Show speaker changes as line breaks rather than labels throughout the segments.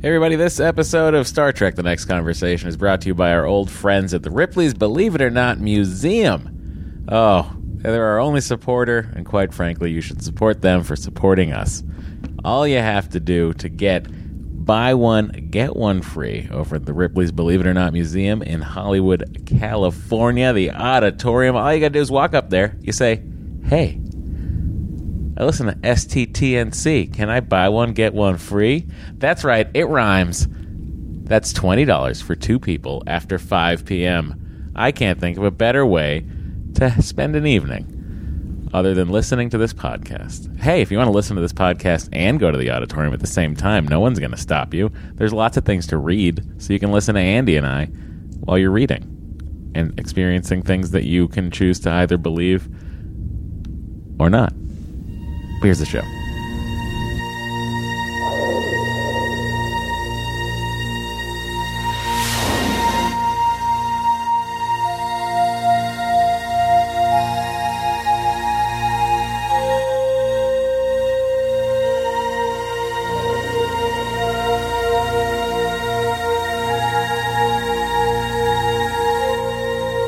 Hey everybody, this episode of Star Trek The Next Conversation is brought to you by our old friends at the Ripley's Believe It or Not Museum. Oh, they're our only supporter, and quite frankly, you should support them for supporting us. All you have to do to get buy one, get one free over at the Ripley's Believe It or Not Museum in Hollywood, California, the auditorium. All you gotta do is walk up there. You say, hey, I listen to STTNC. Can I buy one, get one free? That's right, it rhymes. That's $20 for two people after 5 p.m. I can't think of a better way to spend an evening other than listening to this podcast. Hey, if you want to listen to this podcast and go to the auditorium at the same time, no one's going to stop you. There's lots of things to read, so you can listen to Andy and I while you're reading and experiencing things that you can choose to either believe or not. Here's the show.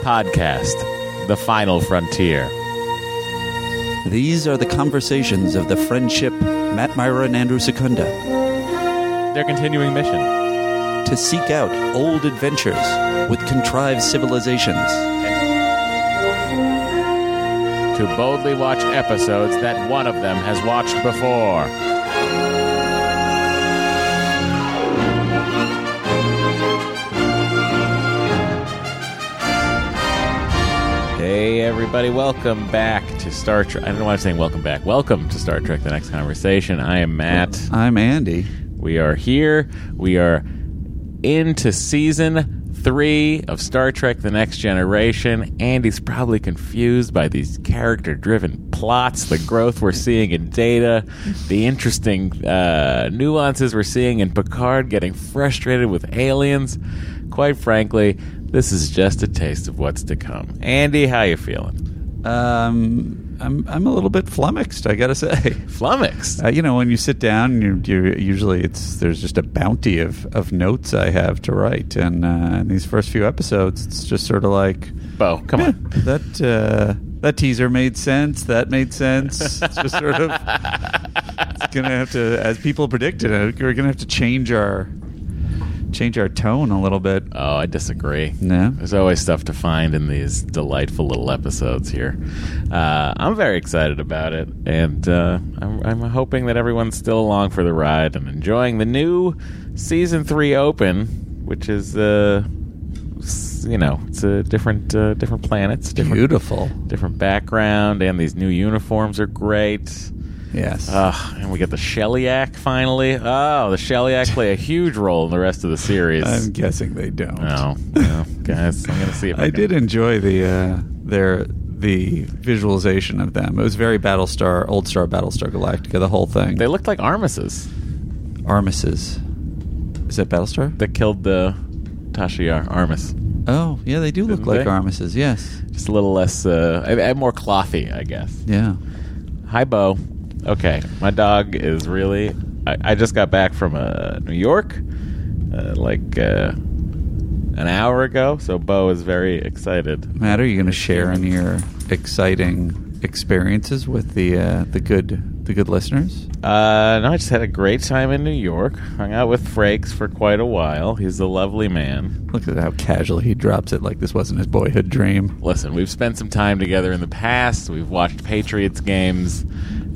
Podcast The Final Frontier.
These are the conversations of the friendship Matt Myra and Andrew Secunda
Their continuing mission.
to seek out old adventures with contrived civilizations.
To boldly watch episodes that one of them has watched before. Hey, everybody, welcome back to Star Trek. I don't know why I'm saying welcome back. Welcome to Star Trek The Next Conversation. I am Matt.
I'm Andy.
We are here. We are into season three of Star Trek The Next Generation. Andy's probably confused by these character driven plots, the growth we're seeing in data, the interesting uh, nuances we're seeing in Picard getting frustrated with aliens. Quite frankly, this is just a taste of what's to come. Andy, how you feeling?
Um, I'm I'm a little bit flummoxed. I gotta say.
Flummoxed.
Uh, you know, when you sit down, you, you usually it's there's just a bounty of, of notes I have to write, and uh, in these first few episodes, it's just sort of like,
Bo, come
"Eh,
on.
that uh, that teaser made sense. That made sense. It's just sort of it's gonna have to, as people predicted, uh, we're gonna have to change our change our tone a little bit.
Oh, I disagree.
No,
There's always stuff to find in these delightful little episodes here. Uh, I'm very excited about it, and uh, I'm, I'm hoping that everyone's still along for the ride and enjoying the new season three open, which is, uh, s- you know, it's a different uh, different planets, different
beautiful.
different background, and these new uniforms are great.
Yes.
Ugh, and we get the Shellyak finally. Oh, the Shellyak play a huge role in the rest of the series.
I'm guessing they don't.
no, no, guys, I'm gonna see if I,
I
can-
did enjoy the uh, their the visualization of them. It was very Battlestar, old star Battlestar Galactica, the whole thing.
They looked like armises
Armises. Is that Battlestar?
that killed the Tashiar Armis.
oh, yeah, they do look
Didn't
like
they?
Armises. Yes.
Just a little less, uh, and- and more clothy, I guess.
Yeah.
Hi, Bo. Okay, my dog is really. I, I just got back from uh, New York, uh, like uh, an hour ago. So Bo is very excited.
Matt, are you going to share in your exciting experiences with the uh, the good the good listeners?
Uh, no, I just had a great time in New York. Hung out with Frakes for quite a while. He's a lovely man.
Look at how casual he drops it, like this wasn't his boyhood dream.
Listen, we've spent some time together in the past. We've watched Patriots games,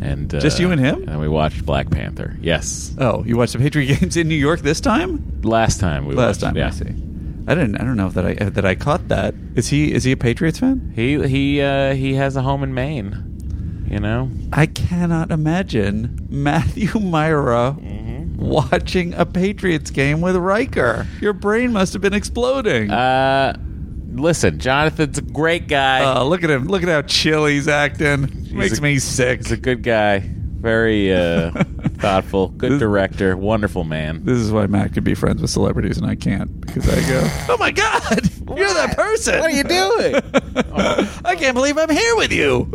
and uh,
Just you and him?
And we watched Black Panther. Yes,
Oh, you watched the Patriot games in New York this time?
last time we watched,
Last time,
Yeah.
I see. I didn't. I don't know if that I uh, that I caught that. Is he is he a Patriots fan?
He he uh, he has a home in Maine. You know,
I cannot imagine Matthew Myra
Mm-hmm.
watching a Patriots game with Riker. Your brain must have been exploding.
uh, listen, Jonathan's a great guy.
Oh, look at him! Look at how chill he's acting. Makes
a-
me sick.
He's a good guy, very uh, thoughtful, good
This-
director, wonderful man.
This is why Matt could be friends with celebrities and I can't because I go, oh my God, you're that person.
What are you doing?
I can't believe I'm here with you.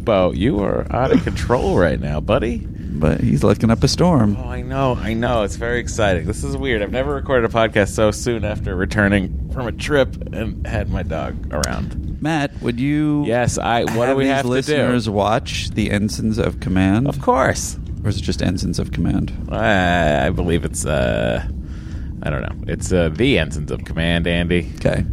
Bo, you are out of control right now, buddy.
but he's looking up a storm.
Oh, I know, I know. It's very exciting. This is weird. I've never recorded a podcast so soon after returning from a trip and had my dog around.
Matt, would you?
Yes, I. What do we
these
have to do?
listeners watch the Ensigns of Command,
Of course,
or is it just Ensigns of Command?
I, I believe it's. uh I don't know. It's uh, the ensigns of command, Andy.
Okay.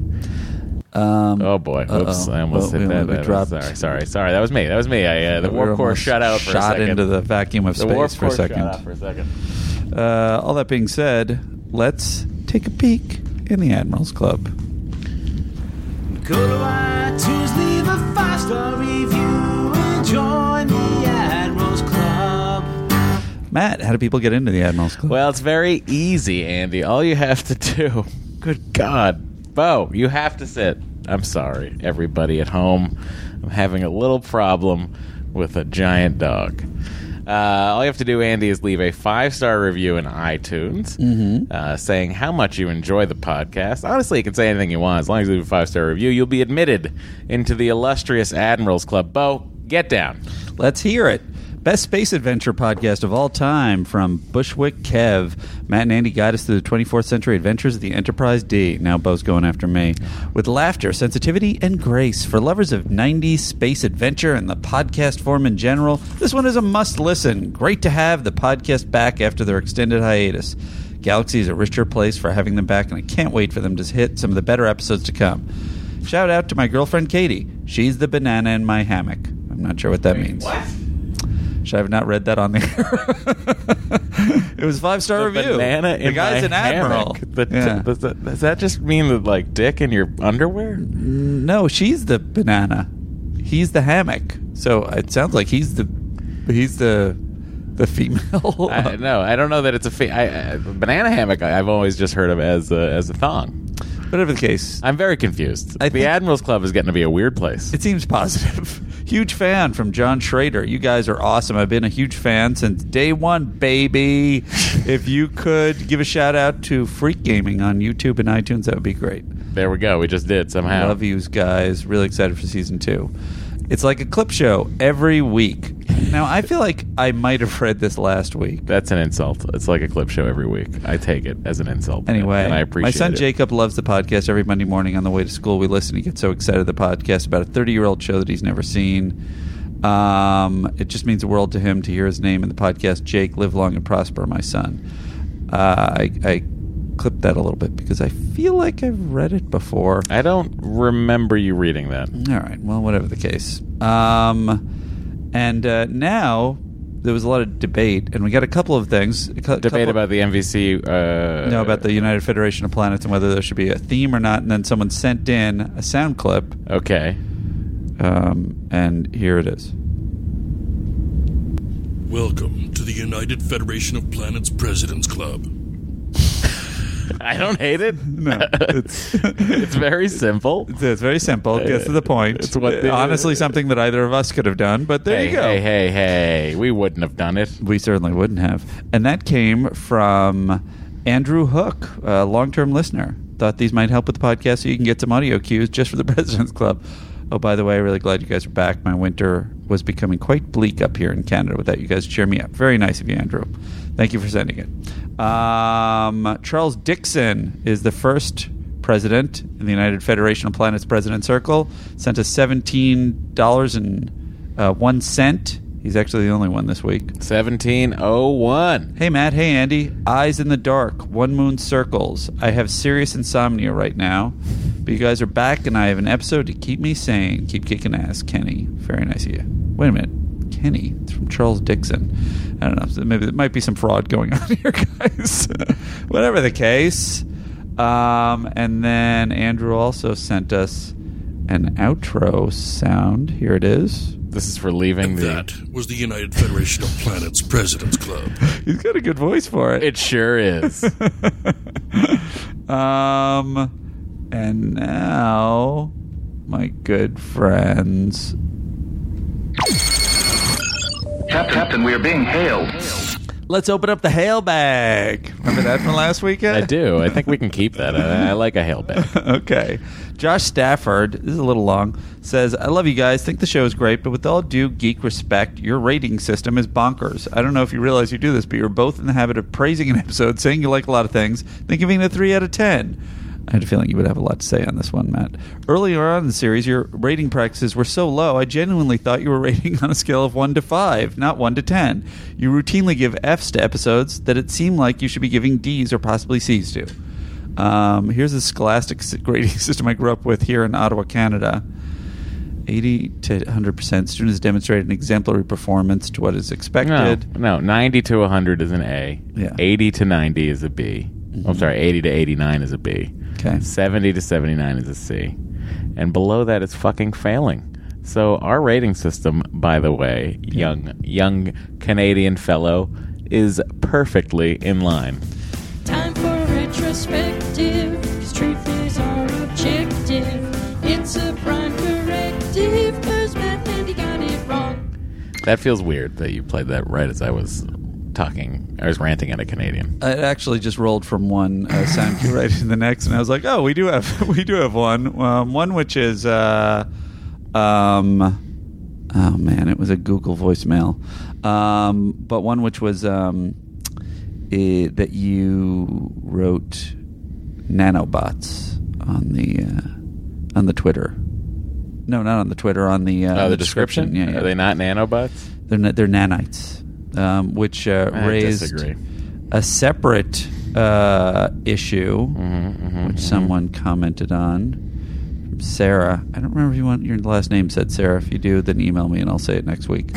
Um,
Oh boy! Oops,
uh-oh.
I almost
Well,
hit
we-
that.
we
that-
dropped-
Sorry, sorry, sorry. That was me. That was me. I, uh, the
we
War
were
Corps
almost
shot out for
shot
a second.
into the vacuum of
the War
space for a
Corps
second.
Shot out for a second.
Uh, all that being said, let's take a peek in the Admirals Club.
Could I choose leave a five star review and join the Admirals Club?
Matt, how do people get into the Admirals Club?
Well, it's very easy, Andy. All you have to do. Good God. Bo, you have to sit. I'm sorry, everybody at home. I'm having a little problem with a giant dog. Uh, all you have to do, Andy, is leave a five star review in iTunes uh, saying how much you enjoy the podcast. Honestly, you can say anything you want. As long as you leave a five star review, you'll be admitted into the illustrious Admirals Club. Bo, get down.
Let's hear it. Best space adventure podcast of all time from Bushwick Kev. Matt and Andy guide us through the 24th century adventures of the Enterprise D. Now Bo's going after me. With laughter, sensitivity, and grace for lovers of 90s space adventure and the podcast form in general, this one is a must listen. Great to have the podcast back after their extended hiatus. Galaxy is a richer place for having them back, and I can't wait for them to hit some of the better episodes to come. Shout out to my girlfriend Katie. She's the banana in my hammock. I'm not sure what that means. Should I have not read that on there? it was five star
The
review.
Banana
the
in
guy's
my
an admiral.
hammock. The-
Yeah.
does, that, does that just mean that like dick in your underwear?
no, she's the banana. He's the hammock. So it sounds like he's the he's the the female.
I, no, I don't know that it's a fa- I, I, banana hammock. I, I've always just heard of as a, as a thong.
Whatever the case,
I'm very confused.
I
the
think-
Admirals Club is getting to be a weird place.
It seems positive. huge fan from John Schrader. You guys are awesome. I've been a huge fan since day one, baby. if you could give a shout out to Freak Gaming on YouTube and iTunes, that would be great.
There we go. We just did somehow.
Love yous guys. Really excited for season two. It's like a clip show every week. Now I feel like I might have read this last week.
That's an insult. It's like a clip show every week. I take it as an insult.
Anyway,
and I appreciate
my son
it.
Jacob loves the podcast. Every Monday morning on the way to school, we listen. He gets so excited at the podcast about a 30 year old show that he's never seen. Um, it just means the world to him to hear his name in the podcast. Jake, live long and prosper, my son. Uh, I, I clipped that a little bit because I feel like I've read it before.
I don't remember you reading that.
All right. Well, whatever the case. Um, and uh, now there was a lot of debate, and we got a couple of things. A cou-
Debate
couple-
about the MVC. Uh,
no, about the United Federation of Planets and whether there should be a theme or not. And then someone sent in a sound clip,
Okay.
um, and here it is.
Welcome to the United Federation of Planets President's Club.
I don't hate it.
No, it's,
It's very simple.
it's very simple. It gets to the point.
It's what the-
Honestly, something that either of us could have done, but there
hey,
you go.
hey, hey, hey. We wouldn't have done it.
We certainly wouldn't have. And that came from Andrew Hook, a long term listener. Thought these might help with the podcast so you can get some audio cues just for the President's Club. Oh, by the way, really glad you guys are back. My winter was becoming quite bleak up here in Canada without you guys cheer me up. Very nice of you, Andrew. Thank you for sending it. Um, Charles Dixon is the first president in the United Federation of Planets President Circle. Sent us $17.01. Uh, He's actually the only one this week.
1701.
Hey Matt, hey Andy. Eyes in the dark, one moon circles. I have serious insomnia right now, but you guys are back, and I have an episode to keep me sane. Keep kicking ass, Kenny. Very nice of you. Wait a minute, Kenny. It's from Charles Dixon. I don't know. Maybe there might be some fraud going on here, guys. Whatever the case. Um, and then Andrew also sent us an outro sound. Here it is.
This is for leaving the.
That was the United Federation of Planets President's Club.
He's got a good voice for
It sure is.
Um, and now, my good friends.
Cap- Captain, we are being hailed.
Let's open up the hail bag. Remember that from last weekend?
I do. I think we can keep that. I, I like a hail bag.
okay. Josh Stafford, this is a little long, says, I love you guys. Think the show is great, but with all due geek respect, your rating system is bonkers. I don't know if you realize you do this, but you're both in the habit of praising an episode, saying you like a lot of things, then giving it a 3 out of 10. I had a feeling you would have a lot to say on this one, Matt. Earlier on in the series, your rating practices were so low, I genuinely thought you were rating on a scale of 1 to 5, not 1 to 10. You routinely give Fs to episodes that it seemed like you should be giving Ds or possibly Cs to. Um, here's the scholastic s- grading system I grew up with here in Ottawa, Canada. 80 to 100% students demonstrate an exemplary performance to what is
No,
expected.
no, 90 to 100 is an A.
Yeah. Mm-hmm.
80 to 90 is a B. am sorry, 80 to 89 is a B.
Okay.
70 to 79 is a C. And below that is fucking failing. So our rating system, by the way, young young Canadian fellow, is perfectly in line.
Time for retrospective, cause truth is our objective. It's a prime corrective, cause Matt and he got it wrong.
That feels weird that you played that right as I was talking. I was ranting at a Canadian.
It actually just rolled from one uh, sound cue right to the next, and I was like, "Oh, we do have we do have one um, one which is uh, um, oh man, it was a Google voicemail, um, but one which was um, eh, that you wrote nanobots on the uh, on the Twitter. No, not on the Twitter. On the uh,
Oh, the description?
Yeah, yeah.
Are they not nanobots?
They're na- they're nanites, um, which uh,
I
raised
disagree.
a separate uh, issue, which someone commented on. from Sarah, I don't remember if you want your last name said Sarah. If you do, then email me and I'll say it next week.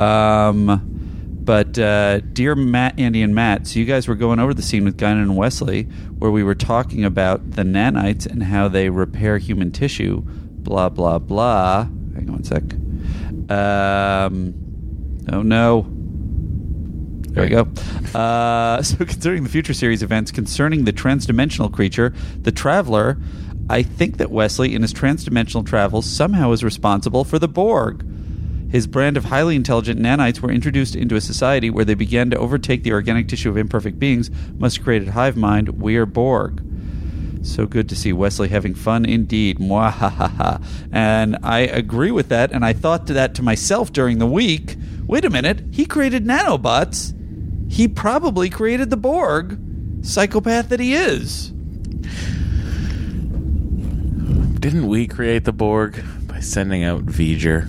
um, but uh, dear Matt, Andy, and Matt, so you guys were going over the scene with Guinan and Wesley where we were talking about the nanites and how they repair human tissue. Blah blah blah. Hang on one sec. Um, oh no. There we go. Uh, so, considering the future series events concerning the transdimensional creature, the Traveler, I think that Wesley, in his transdimensional travels, somehow is responsible for the Borg. His brand of highly intelligent nanites were introduced into a society where they began to overtake the organic tissue of imperfect beings, must have created hive mind. We're Borg. So good to see Wesley having fun indeed. Mwahaha. And I agree with that. And I thought to that to myself during the week. Wait a minute. He created nanobots. He probably created the Borg. Psychopath that he is.
Didn't we create the Borg by sending out V'ger?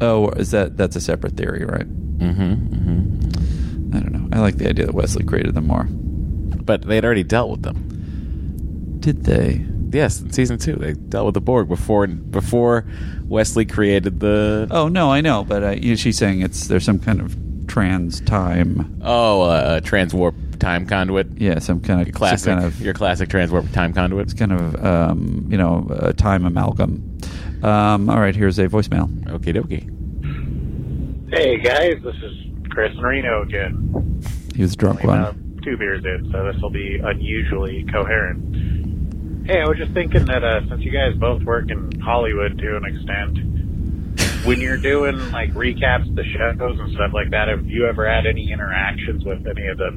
Oh, is that that's a separate theory, right?
Mm-hmm.
I don't know. I like the idea that Wesley created them more.
But they'd already dealt with them.
Did they?
Yes, in season two, they dealt with the Borg before before Wesley created the.
Oh no, I know, but uh, you- she's saying it's there's some kind of trans time.
Oh, uh, transwarp time conduit.
Yeah, some kind of
Classic.
some kind of
Your classic transwarp time conduit.
It's kind of, um, you know, a time amalgam. Um, all right, here's a voicemail.
Okie dokie.
Hey guys, this is Chris in Reno again.
He was drunk
Only about
one.
two beers in, so this will be unusually coherent. Hey, I was just thinking that uh, since you guys both work in Hollywood to an extent, when you're doing like recaps of the shows and stuff like that, have you ever had any interactions with any of the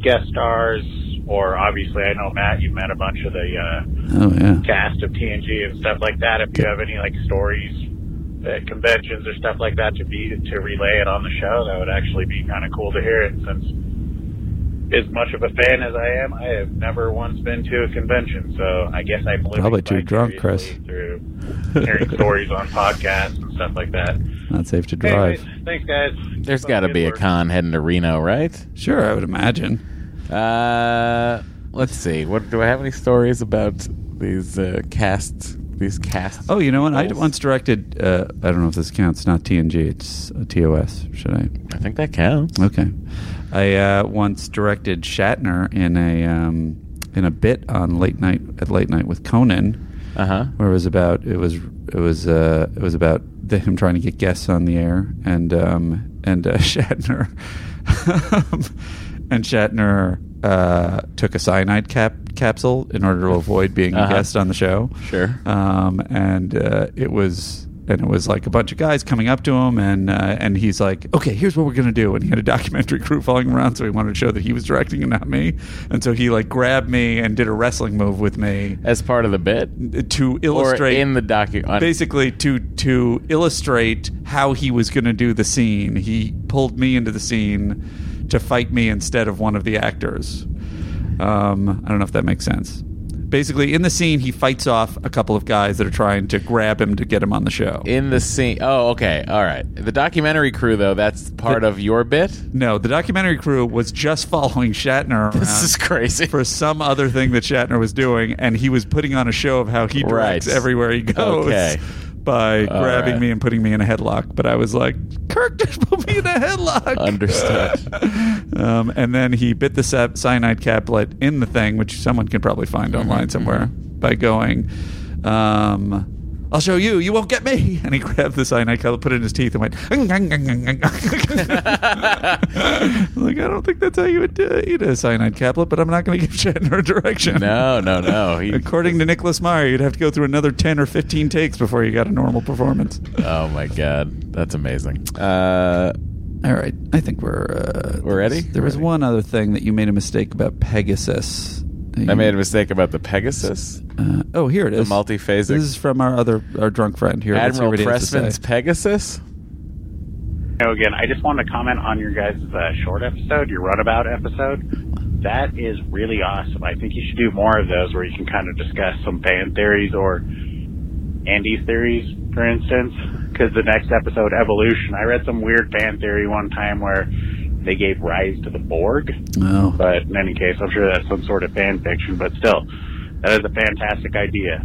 guest stars? Or obviously, I know Matt, you've met a bunch of the uh,
Oh, yeah.
cast of TNG and stuff like that. If you have any like stories at uh, conventions or stuff like that to be to relay it on the show, that would actually be kind of cool to hear. It since as much of a fan as I am, I have never once been to a convention, so I guess I'm living
Probably too drunk, Chris.
vicariously Through hearing stories on podcasts and stuff like that.
Not safe to drive.
Anyways, thanks, guys.
There's
Keep up
got to
the
be a
good work.
con heading to Reno, right?
Sure, I would imagine.
Uh, let's see. What do I have any stories about these uh, casts? These casts?
Oh, you know what? I
Holes?
once directed, uh, I don't know if this counts, not TNG, it's uh, TOS. Should I?
I think that counts.
Okay. I uh, once directed Shatner in a um, in a bit on late night at late night with Conan,
Uh huh.
where it was about it was it was uh, it was about the, him trying to get guests on the air and um, and uh, Shatner and Shatner uh, took a cyanide cap capsule in order to avoid being
Uh-huh.
a guest on the show.
Sure.
Um, and uh, it was and it was like a bunch of guys coming up to him, and uh, and he's like, "Okay, here's what we're gonna do." And he had a documentary crew following him around, so he wanted to show that he was directing and not me. And so he like grabbed me and did a wrestling move with me
as part of the bit,
to
or
illustrate
in the docu. on-
basically to to illustrate how he was going to do the scene. He pulled me into the scene to fight me instead of one of the actors. Um, I don't know if that makes sense. Basically, in the scene, he fights off a couple of guys that are trying to grab him to get him on the show.
in the scene. Oh, okay, all right. The documentary crew, though, that's part of your bit.
no, the documentary crew was just following Shatner
This is
around
crazy.
for some other thing that Shatner was doing, and he was putting on a show of how he directs
Right.
everywhere he goes
Okay.
by
All
grabbing
right.
me and putting me in a headlock. But I was like, Kirk just put me in a headlock.
Understood.
um, and then he bit the sa- cyanide caplet in the thing, which someone can probably find online somewhere by going, um, I'll show you. You won't get me. And he grabbed the cyanide caplet, put it in his teeth, and went. like I don't think that's how you would uh, eat a cyanide caplet, but I'm not going to give Shatner a direction.
No, no, no. He-
According to Nicholas Meyer, you'd have to go through another ten or fifteen takes before you got a normal performance.
oh my god, that's amazing. Uh,
All right, I think we're uh,
We're ready?
There was
Ready.
one other thing that you made a mistake about Pegasus.
I made a mistake about the Pegasus.
Uh, oh, here it is.
multiphasic-
This is from our other our drunk friend here. Let's hear
Admiral
what he has to
Pressman's
say.
Pegasus.
So again, I just wanted to comment on your guys' uh, short episode, your runabout episode. That is really awesome. I think you should do more of those where you can kind of discuss some fan theories or Andy's theories, for instance. Because the next episode, Evolution, I read some weird fan theory one time where they gave rise to the Borg.
Oh.
But in any case, I'm sure that's some sort of fan fiction. But still, that is a fantastic idea.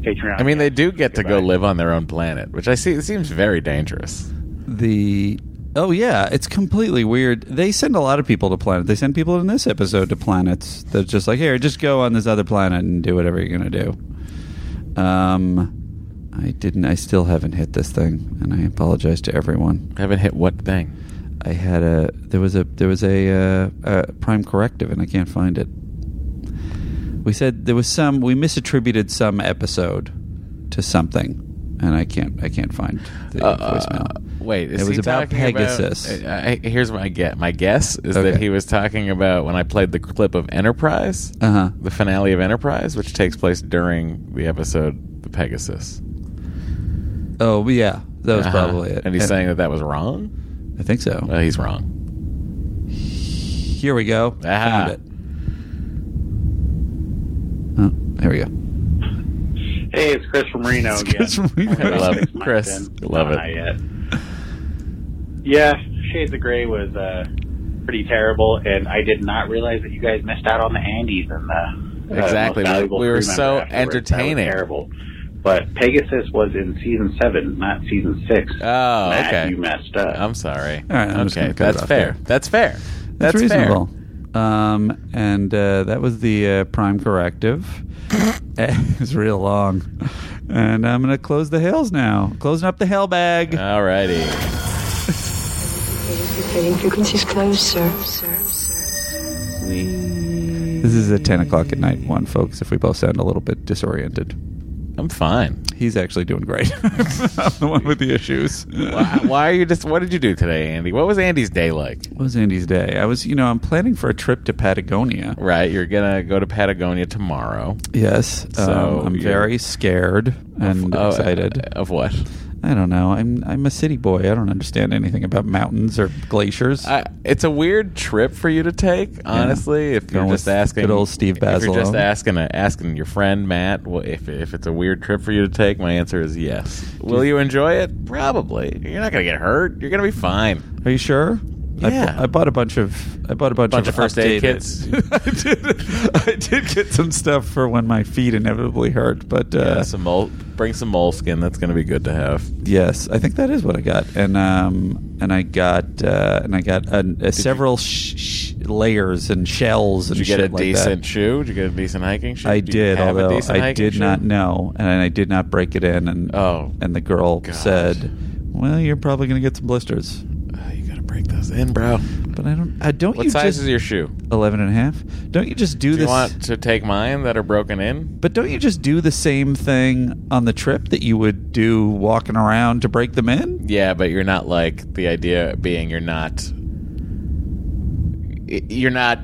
Patreon.
I mean, they do get to go
Goodbye.
live on their own planet, which I see it seems very dangerous.
the oh yeah it's completely weird they send a lot of people to planet they send people in this episode to planets that's just like here just go on this other planet and do whatever you're gonna do um i didn't i still haven't hit this thing and i apologize to everyone
I haven't hit what thing?
i had a there was a there was a uh, uh, prime corrective and i can't find it we said there was some we misattributed some episode to something and i can't i can't find the voicemail
Uh, Wait, is
It was
he
about
talking
Pegasus.
I, I, here's my get. My guess is that
Okay.
he was talking about when I played the clip of Enterprise,
uh-huh
the finale of Enterprise, which takes place during the episode The Pegasus.
Oh yeah, that was
Uh-huh.
probably it.
And he's saying that that was wrong.
I think so.
Well, he's wrong.
Here we go.
Ah.
Found it. Oh, there we go.
Hey, it's Chris from Reno again.
Chris from Reno.
Only about
Love
six
it.
months
Chris,
in.
love it.
Not yet. Yeah, Shades of Grey was uh, pretty terrible, and I did not realize that you guys missed out on the Andes and the uh,
Exactly.
most
We-
valuable
we were
crew
so
member afterwards. That was
entertaining.
terrible. But Pegasus was in season seven, not season six.
Oh,
Matt,
okay.
you messed up.
I'm sorry.
All right, I'm just
okay,
gonna cut it
that's
off
fair.
there.
that's fair.
That's,
That's
reasonable. Um, and uh, that was the uh, prime corrective. it was real long, and I'm gonna close the hails now. Closing up the hail bag.
Fair. Alrighty.
Fading frequencies closed, sir.
This is a 10 o'clock at night one, folks. If we both sound a little bit disoriented,
I'm fine.
he's actually doing great. I'm the one with the issues.
why, why are you just? What did you do today, Andy? What was Andy's day like?
What was Andy's day? I was, you know, I'm planning for a trip to Patagonia.
Right, you're gonna go to Patagonia tomorrow.
Yes,
So
um, I'm
you're-
very scared and
Oh,
excited.
uh, Of what?
I don't know. I'm I'm a city boy. I don't understand anything about mountains or glaciers.
I, it's a weird trip for you to take, honestly. If
Going
you're just
with
asking,
good old Steve
If you're just
Bazelon.
asking, asking your friend Matt, wh- if if it's a weird trip for you to take, my answer is yes. Will you enjoy it? Probably. You're not gonna get hurt. You're gonna be fine.
Are you sure? I bu-
Yeah.
I, bought a bunch of I bought a bunch,
Bunch of first aid
updated-
kits.
I did. I did get some stuff for when my feet inevitably hurt. But uh,
Yeah, some mole, bring some moleskin. That's gonna be good to have.
Yes, I think that is what I got, and um, and I got uh, and I got uh, uh, several sh- sh- layers and shells and
Did you get
shit
a
like that.
decent shoe? Did you get a decent hiking shoe?
I
Do you
did,
have a
although
decent
I
hiking
did
shoe?
not know, and I did not break it in. And
Oh.
and the girl
God.
said, "Well, you're probably going to get some blisters."
Uh, you gotta break those in, bro.
But I don't. Uh, don't
What
you
size
just
is your shoe?
11 and a half? Don't you just do,
Do
this?
you want to take mine that are broken in?
But don't you just do the same thing on the trip that you would do walking around to break them in?
Yeah, but you're not like the idea being you're not y- you're not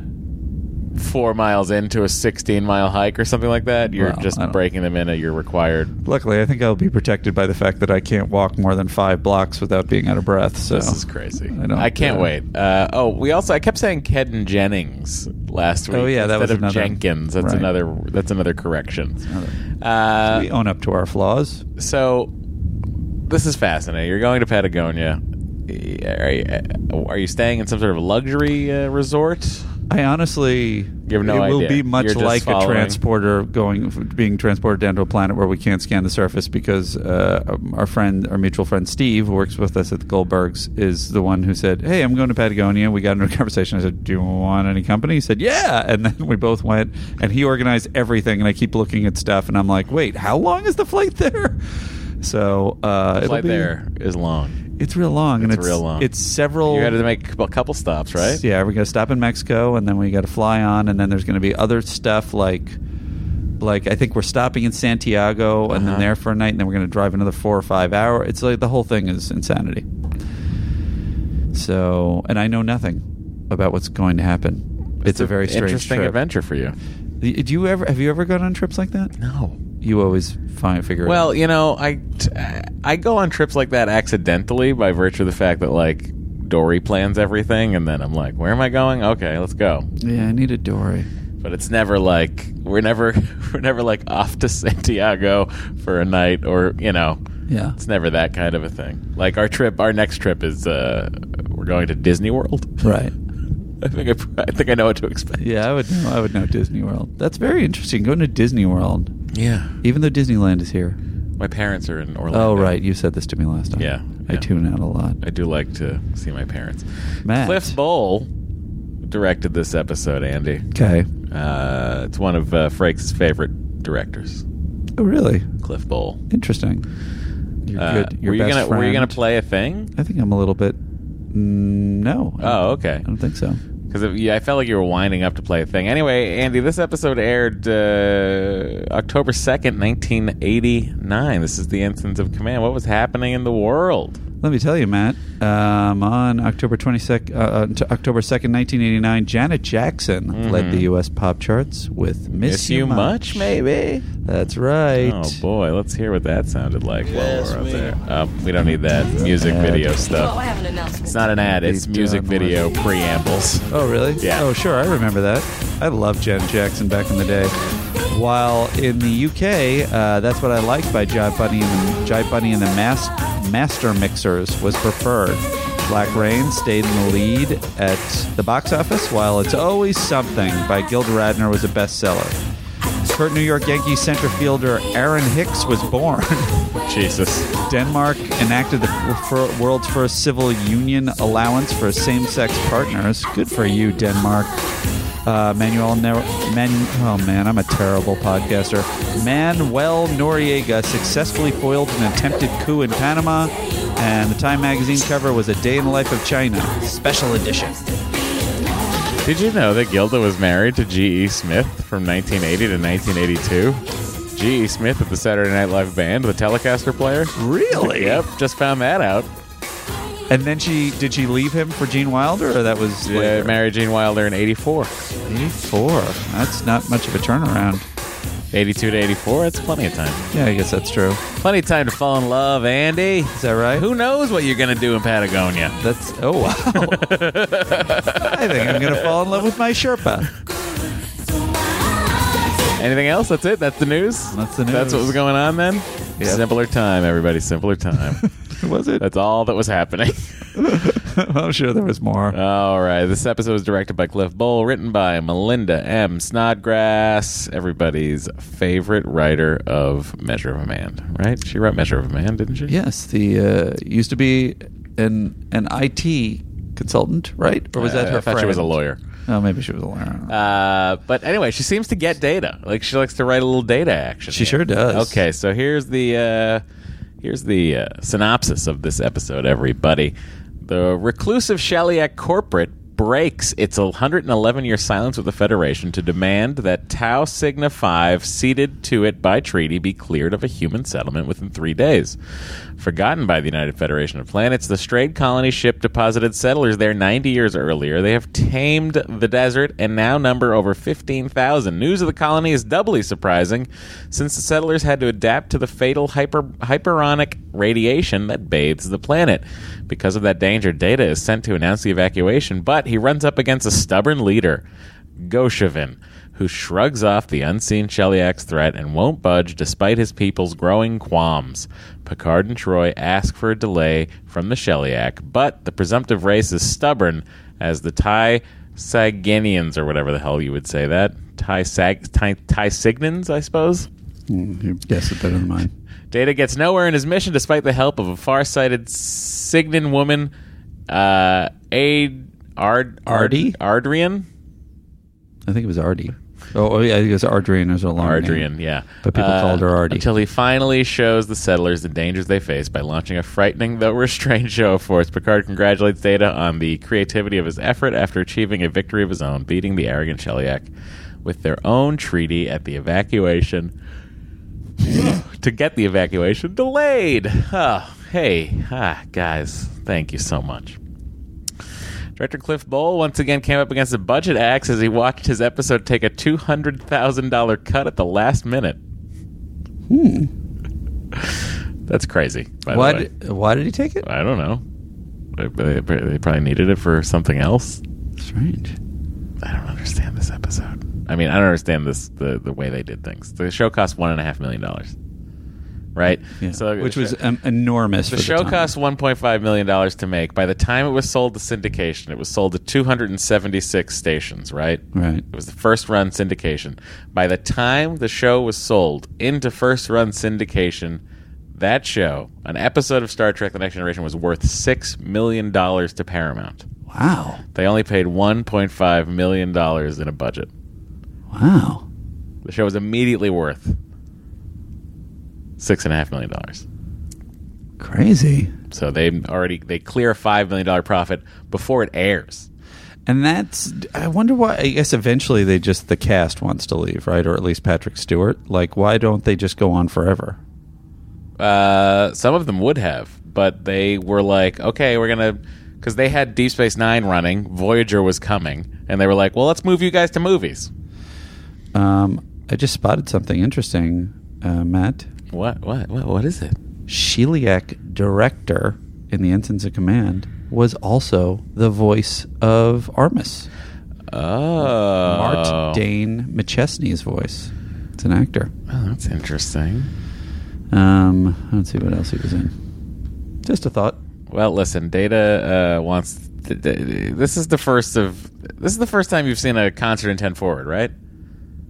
four miles into a 16 mile hike or something like that. You're
Well,
just
I don't-
breaking them in at your required.
Luckily, I think I'll be protected by the fact that I can't walk more than five blocks without being out of breath. So
This is crazy.
I
I,
don't-
can't
uh,
wait. Uh, oh, we also I kept saying Kedden Jennings last week.
Oh, yeah, that
instead
was
of
another-
Jenkins. That's
right.
another. That's another correction.
another-
Uh,
we own up to our flaws.
so this is fascinating. You're going to Patagonia. Are you, are you staying in some sort of luxury uh, resort?
I honestly,
You have no
it will
idea.
be much
You're just
like a
following-
transporter going, being transported down to a planet where we can't scan the surface because uh, our friend, our mutual friend Steve, who works with us at the Goldbergs, is the one who said, "Hey, I'm going to Patagonia." We got into a conversation. I said, "Do you want any company?" He said, "Yeah," and then we both went, and he organized everything. And I keep looking at stuff, and I'm like, "Wait, how long is the flight there?" So uh, it'll
Flight
be-
there is long.
It's real long, and
It's
it's
real long.
It's several.
You got to make a couple stops, right?
Yeah, we're gonna stop in Mexico, and then we got to fly on, and then there's gonna be other stuff like, like I think we're stopping in Santiago, and then
Uh-huh.
there for a night, and then we're gonna drive another four or five hour. It's like the whole thing is insanity. So, and I know nothing about what's going to happen. It's, a
an
very strange
interesting
trip.
adventure for you.
Y- Do you ever have you ever gone on trips like that?
No.
You always find figure.
Well,
it
you know, I I go on trips like that accidentally by virtue of the fact that like Dory plans everything, and then I'm like, where am I going? Okay, let's go.
out. yeah, I need a dory.
But it's never like we're never we're never like off to Santiago for a night, or you know,
Yeah,
it's never that kind of a thing. Like our trip, our next trip is uh, we're going to Disney World.
right.
I think I, I think I know what to expect.
Yeah, I would know. I would know Disney World. That's very interesting. Going to Disney World.
yeah.
Even though Disneyland is here.
My parents are in Orlando.
Oh, right. You said this to me last time.
Yeah,
I
yeah.
tune out a lot.
I do like to see my parents.
Matt.
Cliff Bowl directed this episode, Andy.
Okay.
Uh, it's one of uh, Frakes' favorite directors,
Oh, really?
Cliff Bowl.
Interesting. You're
Uh,
good. Your
were, you
best
gonna,
friend.
were you gonna play a thing?
I think I'm a little bit. Mm, No.
Oh, okay.
I don't think so.
Because yeah, I felt like you were winding up to play a thing. Anyway, Andy, this episode aired uh, October second, nineteen eighty nine. This is the instance of command. What was happening in the world?
Let me tell you, Matt. Um, on October 22nd, uh, uh, t- October 2nd, 1989, Janet Jackson led the U.S. pop charts with "Miss,
Mm-hmm. Miss you much, maybe.
That's right.
Oh boy, let's hear what that sounded like while we're up there. Um, we don't need that music video
Oh, I
stuff.
have an announcement.
It's not an ad. It's music video preambles.
Oh, really?
Yeah.
Oh, sure. I remember that. I loved Janet Jackson back in the day. While in the UK, uh, that's what I like by Jive Bunny and the, Jive Bunny and the Mas- Master Mixers was preferred. Black Rain stayed in the lead at the box office, while It's Always Something by Gilda Radner was a bestseller. Current New York Yankees center fielder Aaron Hicks was born.
Jesus.
Denmark enacted the f- fir- world's first civil union allowance for same-sex partners. Good for you, Denmark. Uh, Manuel, Nor- Man- oh man, I'm a terrible podcaster. Manuel Noriega successfully foiled an attempted coup in Panama, and the Time magazine cover was "A Day in the Life of China," special edition.
Did you know that Gilda was married to G.E. Smith from 1980 to 1982? G.E. E Smith of the Saturday Night Live band, the Telecaster player?
Really?
Yep, just found that out.
And then she did she leave him for Gene Wilder, or that was
Yeah,
later? Hmm.
married Gene Wilder in 84.
84. That's not much of a turnaround.
82 to 84, that's plenty of time.
Yeah, I guess that's true.
Plenty of time to fall in love, Andy.
Is that right?
Who knows what you're going to do in Patagonia?
That's oh wow! I think I'm gonna fall in love with my Sherpa.
Anything else? That's it? That's the news?
That's the
That's what
news.
was going on then?
Yep.
Simpler time, everybody. Simpler time.
Was it?
that's all that was happening.
I'm sure there was more.
All right. This episode was directed by Cliff Bull, written by Melinda M. Snodgrass, everybody's favorite writer of Measure of a Man, right? She wrote Measure of a Man, didn't she?
Yes, the uh, used to be an an IT consultant, right? Or was that
Uh,
her
I thought she was a
friend?
lawyer.
Oh, maybe she was a lawyer. I don't know.
Uh, but anyway, she seems to get data. Like she likes to write a little data action.
She sure does.
Okay, so here's the uh, here's the uh, synopsis of this episode, everybody. The reclusive Shaliak corporate breaks its 111 year silence with the Federation to demand that Tau Sigma 5, ceded to it by treaty, be cleared of a human settlement within three days. Forgotten by the United Federation of Planets, the Strayed Colony ship deposited settlers there 90 years earlier. They have tamed the desert and now number over 15,000. News of the colony is doubly surprising since the settlers had to adapt to the fatal hyper- hyperonic radiation that bathes the planet. Because of that danger, Data is sent to announce the evacuation, but he runs up against a stubborn leader, Goshevin, who shrugs off the unseen Sheliak's threat and won't budge despite his people's growing qualms. Picard and Troy ask for a delay from the Sheliak, but the presumptive race is stubborn as the Thai Saginians, or whatever the hell you would say that. Thai, Sag- Thai, Thai Signans, I suppose?
Mm, You guess it better than mine.
Data gets nowhere in his mission despite the help of a far-sighted Signan woman, uh, Aid Ard
Ardy?
Ardrian
I think it was Artie. Oh, oh, yeah, it was Ardrian. It was a long name.
Ardrian, yeah.
But people called her Ardy.
Uh, Until he finally shows the settlers the dangers they face by launching a frightening though restrained show of force. Picard congratulates Data on the creativity of his effort after achieving a victory of his own, beating the arrogant Sheliak with their own treaty at the evacuation to get the evacuation delayed. Oh, hey, ah, guys, thank you so much. Director Cliff Bowl once again came up against a budget axe as he watched his episode take a two hundred thousand dollar cut at the last minute. That's crazy. By
Why,
The way.
did, why did he take it?
I don't know. They, they- they probably needed it for something else.
Strange.
I don't understand this episode. I mean, I don't understand this the the way they did things. The show cost one and a half million dollars, right?
Yeah. Which was um, enormous. for
The show
time.
cost 1.5 million dollars to make. By the time it was sold to syndication, it was sold to 276 stations, right?
Right.
It was the first run syndication. By the time the show was sold into first run syndication, that show, an episode of Star Trek The Next Generation, was worth $6 million to Paramount.
Wow.
They only paid $1.5 million in a budget.
Wow.
The show was immediately worth $6.5 million.
Crazy.
So they already they clear a $5 million profit before it airs.
And that's. I wonder why. I guess eventually they just the cast wants to leave, right? Or at least Patrick Stewart. Like, why don't they just go on forever?
Uh, some of them would have, but they were like, okay, we're gonna, because they had Deep Space Nine running, Voyager was coming, and they were like, well, let's move you guys to movies.
Um, I just spotted something interesting, uh, Matt.
What? What? What? What is it?
Sheliak director in the Ensigns of Command was also the voice of Armus.
Oh,
Mart Dane McChesney's voice. It's an actor.
Oh, that's interesting.
Um, let's see what else he was in. Just a thought.
Well, listen, Data uh, wants. th- th- this is the first of. This is the first time you've seen a concert in Ten Forward, right?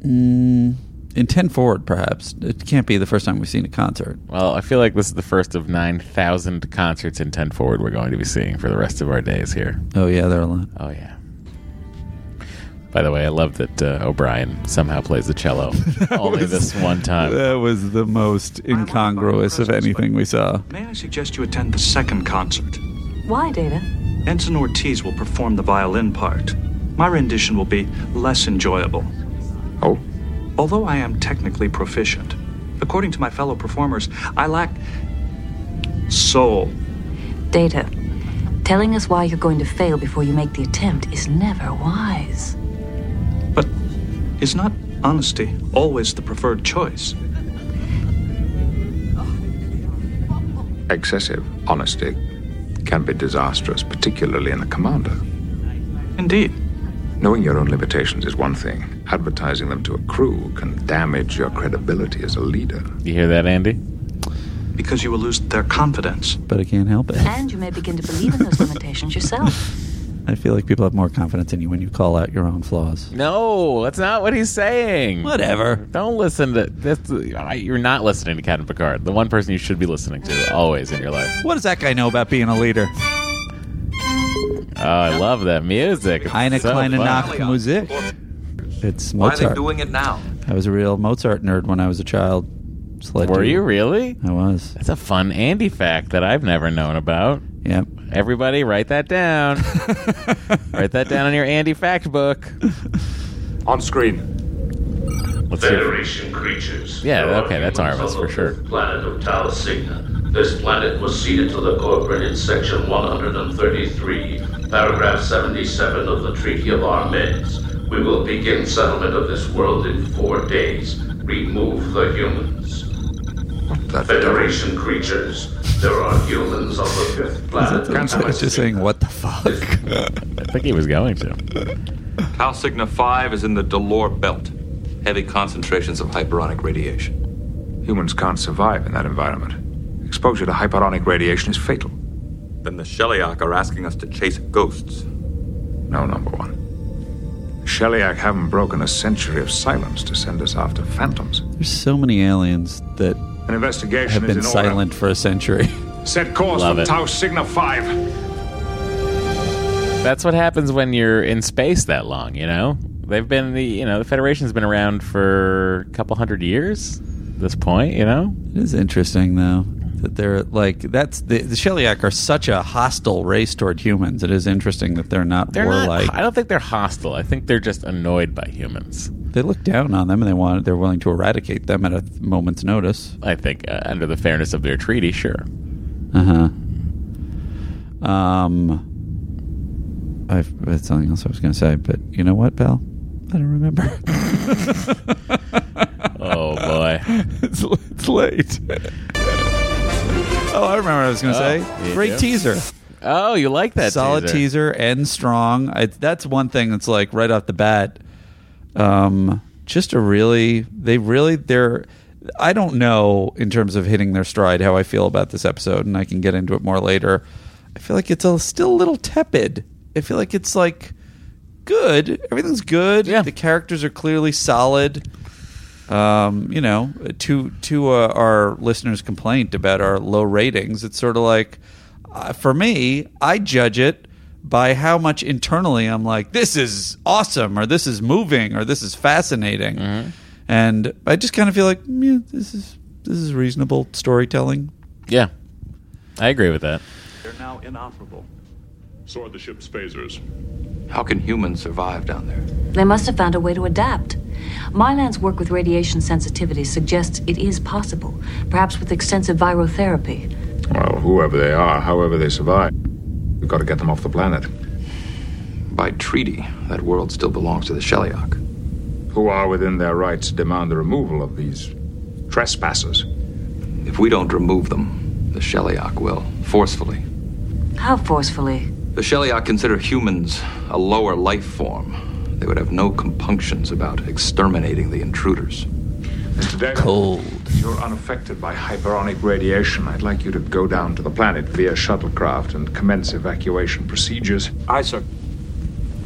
Mm, in 10 forward, perhaps. It can't be the first time we've seen a concert.
Well, I feel like this is the first of nine thousand concerts in Ten Forward we're going to be seeing for the rest of our days here.
Oh, yeah, there are a lot.
Oh yeah. By the way, I love that uh, O'Brien somehow plays the cello only this one time.
That was the most incongruous of anything we saw.
May I suggest you attend the second concert?
Why, Data?
Ensign Ortiz will perform the violin part. My rendition will be less enjoyable. Oh? Although I am technically proficient, according to my fellow performers, I lack soul.
Data. Telling us why you're going to fail before you make the attempt is never wise.
But is not honesty always the preferred choice?
Excessive honesty can be disastrous, particularly in a commander.
Indeed.
Knowing your own limitations is one thing, advertising them to a crew can damage your credibility as a leader.
You hear that, Andy?
Because you will lose their confidence.
But I can't help it.
And you may begin to believe in those limitations yourself.
I feel like people have more confidence in you when you call out your own flaws.
No, that's not what he's saying.
Whatever.
Don't listen to this. You're not listening to Captain Picard, the one person you should be listening to always in your life.
What does that guy know about being a leader?
Oh, I love that music. It's
Eine
so
kleine
fun.
Nacht Musik. It's Mozart.
it now?
I was a real Mozart nerd when I was a child. Just let
Were you really?
I was.
That's a fun Andy fact that I've never known about.
Yep.
Everybody, write that down. write that down in your Andy fact book.
On screen.
Let's hear.
Federation creatures.
Yeah,
There are
okay, that's
humans
Arvus,
on the
for sure.
Planet of Tau Cygna. This planet was ceded to the corporate in section 133, paragraph 77 of the Treaty of Armez. We will begin settlement of this world in four days. Remove the humans. Federation creatures. There are humans on the fifth planet. of Tau
It's just saying, what the fuck?
I think he was going to.
Tau Cygna 5 is in the Delore Belt. Heavy concentrations of hyperonic radiation.
Humans can't survive in that environment. Exposure to hyperonic radiation is fatal.
Then the Sheliak are asking us to chase ghosts.
No, number one. Sheliak haven't broken a century of silence to send us after phantoms.
There's so many aliens that
An investigation
have
is in
been silent for a century.
order. Set course
Love
for
it.
Tau Cygna 5.
That's what happens when you're in space that long, you know? They've been the, you know, the Federation's been around for a couple hundred years at this point, you know?
It is interesting though that they're like that's the, the Sheliak are such a hostile race toward humans. It is interesting that they're not
They're not,
warlike.
I don't think they're hostile. I think they're just annoyed by humans.
they look down on them and they want they're willing to eradicate them at a moment's notice.
I think uh, under the fairness of their treaty, sure.
Uh huh. Um, I've it's something else I was going to say, but you know what, Bell? I don't remember.
oh boy,
it's, it's late. oh, I remember what I was going to
Oh,
say.
you
Great
do?
teaser.
Oh, you like that
solid
teaser.
teaser, and strong. I, that's one thing that's like right off the bat. Um, just a really they really they're. I don't know in terms of hitting their stride how I feel about this episode, and I can get into it more later. I feel like it's a, still a little tepid. I feel like it's like good. Everything's good. Yeah. The characters are clearly solid. Um, you know, to to uh, our listeners' complaint about our low ratings, it's sort of like uh, for me, I judge it by how much internally I'm like, this is awesome, or this is moving, or this is fascinating, and I just kind of feel like yeah, this is this is reasonable storytelling.
Yeah, I agree with that.
They're now inoperable.
So are the ship's phasers.
How can humans survive down there?
They must have found a way to adapt. Mylan's work with radiation sensitivity suggests it is possible, perhaps with extensive virotherapy.
Well, whoever they are, however they survive, we've got to get them off the planet.
By treaty, that world still belongs to the Sheliak.
Who are within their rights to demand the removal of these trespassers.
If we don't remove them, the Sheliak will, forcefully.
How forcefully?
The Sheliak consider humans a lower life form. They would have no compunctions about exterminating the intruders.
Mr. Davis, Cold. You're unaffected by hyperonic radiation. I'd like you to go down to the planet via shuttlecraft and commence evacuation procedures. Aye, sir.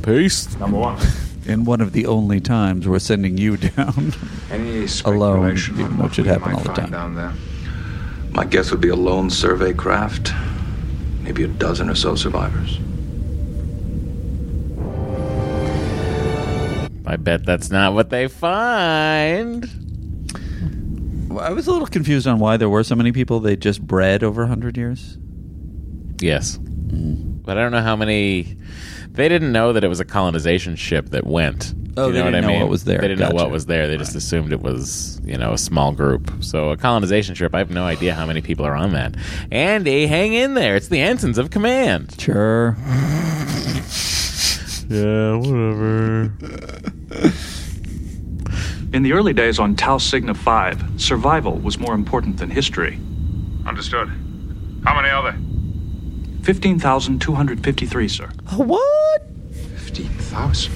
Peace.
Number one.
In one of the only times we're sending you down
Any
alone, even though it should happen all the time.
down there.
My guess would be a lone survey craft, maybe a dozen or so survivors.
I bet that's not what they find.
Well, I was a little confused on why there were so many people they just bred over 100 years.
Yes,
Mm.
but I don't know how many. They didn't know that it was a colonization ship that went.
Oh,
you
they
know what
didn't
I
know
mean?
what was there.
They didn't know
Gotcha.
what was there. They just assumed it was you know a small group. So a colonization ship. I have no idea how many people are on that. Andy, hang in there. It's the ensigns of command.
Sure.
yeah, whatever.
In the early days on Tau Cygna 5, survival was more important than history.
Understood. How many are there?
15,253, sir.
What?
15,000.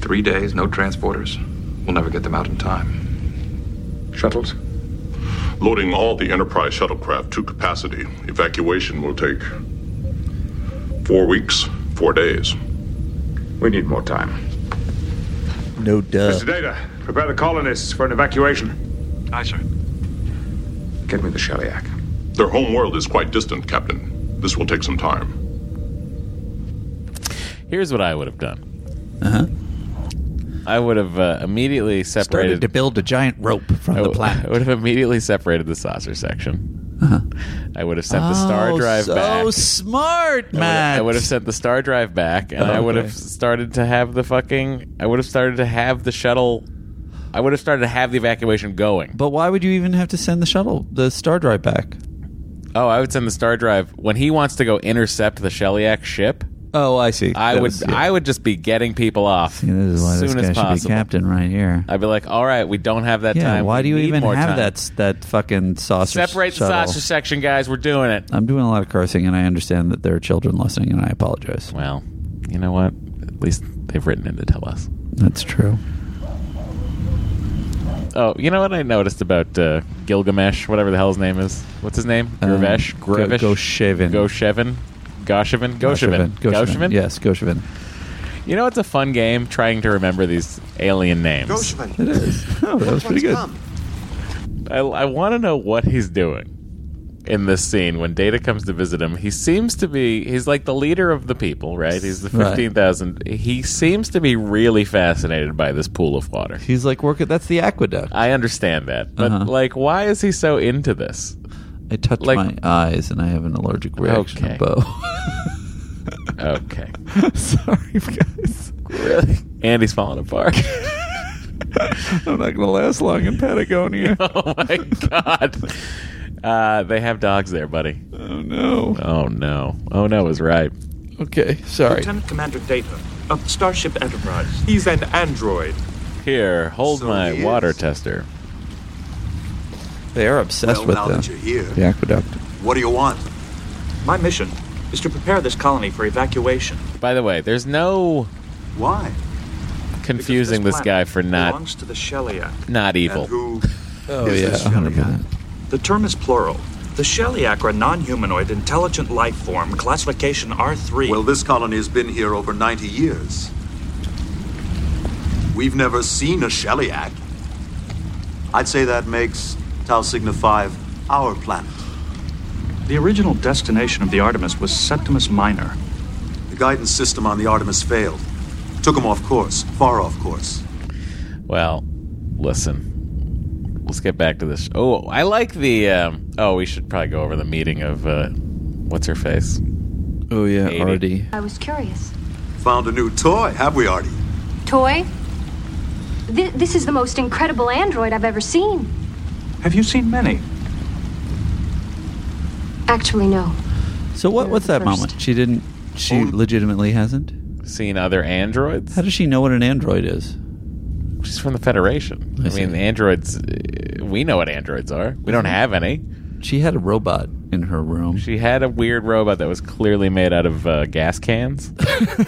Three days, no transporters. We'll never get them out in time.
Shuttles?
Loading all the Enterprise shuttlecraft to capacity. Evacuation will take four weeks, four days.
We need more time.
No duh.
Mr. Data, prepare the colonists for an evacuation.
Aye, sir.
Get me the Sheliak.
Their home world is quite distant, Captain. This will take some time.
Here's what I would have done.
Uh-huh.
I would have uh, immediately separated
Started to build a giant rope from
I
the
w- I
planet.
would have immediately separated the saucer section. I would have sent the star
Uh-huh. Oh,
drive
so
back.
smart,
I would have-
Matt.
I would have sent the star drive back, and I would
Okay.
have started to have the fucking. I would have started to have the shuttle. I would have started to have the evacuation going.
But why would you even have to send the shuttle, the star drive back?
Oh, I would send the star drive when he wants to go intercept the Shellyak ship.
Oh, I see.
I
That
would.
was- yeah.
I would just be getting people off
This is why
as soon
this guy
as
should be
possible.
captain right here.
I'd be like, all right, we don't have that
yeah,
time.
why
We
do you
need
even
more
have
time.
that s- that fucking saucer?
Separate the
shuttle?
sausage section, guys. We're doing it.
I'm doing a lot of cursing, and I understand that there are children listening, and I apologize.
Well, you know what? At least they've written in to tell us.
That's true.
Oh, you know what I noticed about uh, Gilgamesh, whatever the hell his name is? What's his name?
Um,
Grivesh?
Go-
Grivish?
Goshevin.
Goshevin? Goshevin? Goshevin. Goshevin?
Yes, Goshevin.
You know, it's a fun game trying to remember these alien names.
Goshevin.
It is. Oh, that was pretty good.
I, I want to know what he's doing in this scene when Data comes to visit him. He seems to be, he's like the leader of the people, right? He's the
Right.
15,000. He seems to be really fascinated by this pool of water.
He's like working. That's the aqueduct.
I understand that. But,
Uh-huh.
like, why is he so into this?
I touch
Like-
my eyes, and I have an allergic reaction
Okay.
to bow.
Okay.
Sorry, guys.
Really? Andy's falling apart.
I'm not going to last long in Patagonia.
oh my god. Uh, they have dogs there, buddy.
Oh no.
Oh no. Oh no is right.
Okay, sorry.
Lieutenant Commander Data of Starship Enterprise. He's an android.
Here, hold my water tester.
They are obsessed
Well,
with
now
the,
that you're here.
the aqueduct.
What do you want? My mission is to prepare this colony for evacuation.
By the way, there's no
Why?
confusing this,
planet
guy for not
belongs to the Shellyak.
not evil.
And who
Oh
is
yeah,
this
100%.
The term is plural. The Shellyak are a non-humanoid intelligent life form, classification R3.
Well, this colony has been here over 90 years. We've never seen a Shellyak. I'd say that makes Tau Cygna 5 our planet.
The original destination of the Artemis was Septimus Minor.
The guidance system on the Artemis failed. Took them off course, far off course.
Well, listen. Let's get back to this. Oh, I like the um, oh, we should probably go over the meeting of uh, what's her face?
Oh yeah,
Artie.
I was curious.
Found a new toy, have we, Artie?
Toy? Th- this is the most incredible android I've ever seen.
Have you seen many?
Actually, no.
So what? What's that
First.
moment? She didn't. She legitimately hasn't
seen other androids.
How does she know what an android is?
She's from the Federation. I,
see. Mm-hmm.
mean, the androids. uh, We know what androids are. We don't have any.
She had a robot in her room
She had a weird robot that was clearly made out of uh, gas cans.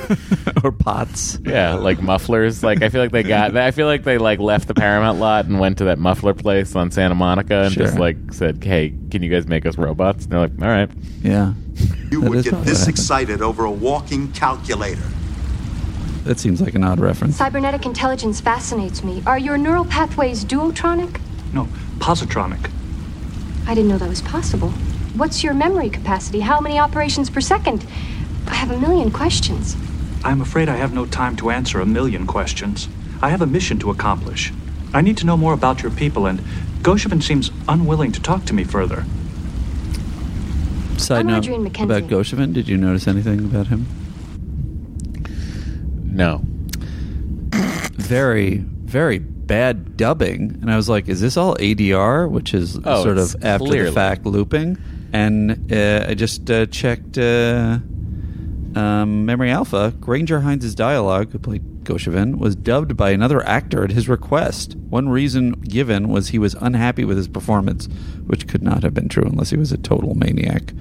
or pots.
Yeah, like mufflers. Like I feel like they got. I feel like they like left the Paramount lot and went to that muffler place on Santa Monica and just
Sure.
like said, "Hey, can you guys make us robots?" And they're like, "All right."
Yeah,
You
That
would
is
get
not what
this
happened.
excited over a walking calculator.
that seems like an odd reference.
Cybernetic intelligence fascinates me. Are your neural pathways duotronic?
No, positronic.
I didn't know that was possible. What's your memory capacity? How many operations per second? I have a million questions.
I'm afraid I have no time to answer a million questions. I have a mission to accomplish. I need to know more about your people, and Goshevin seems unwilling to talk to me further.
Side
I'm
note
Adrienne Mackenzie.
about Goshevin. Did you notice anything about him?
No.
Very, very bad dubbing, and I was like, "Is this all ADR, which is
Oh,
sort
it's
of after
clearly.
the fact looping?" And uh, I just uh, checked uh, um, Memory Alpha. Granger Hines' dialogue, who played Goshevin, was dubbed by another actor at his request. One reason given was he was unhappy with his performance, which could not have been true unless he was a total maniac.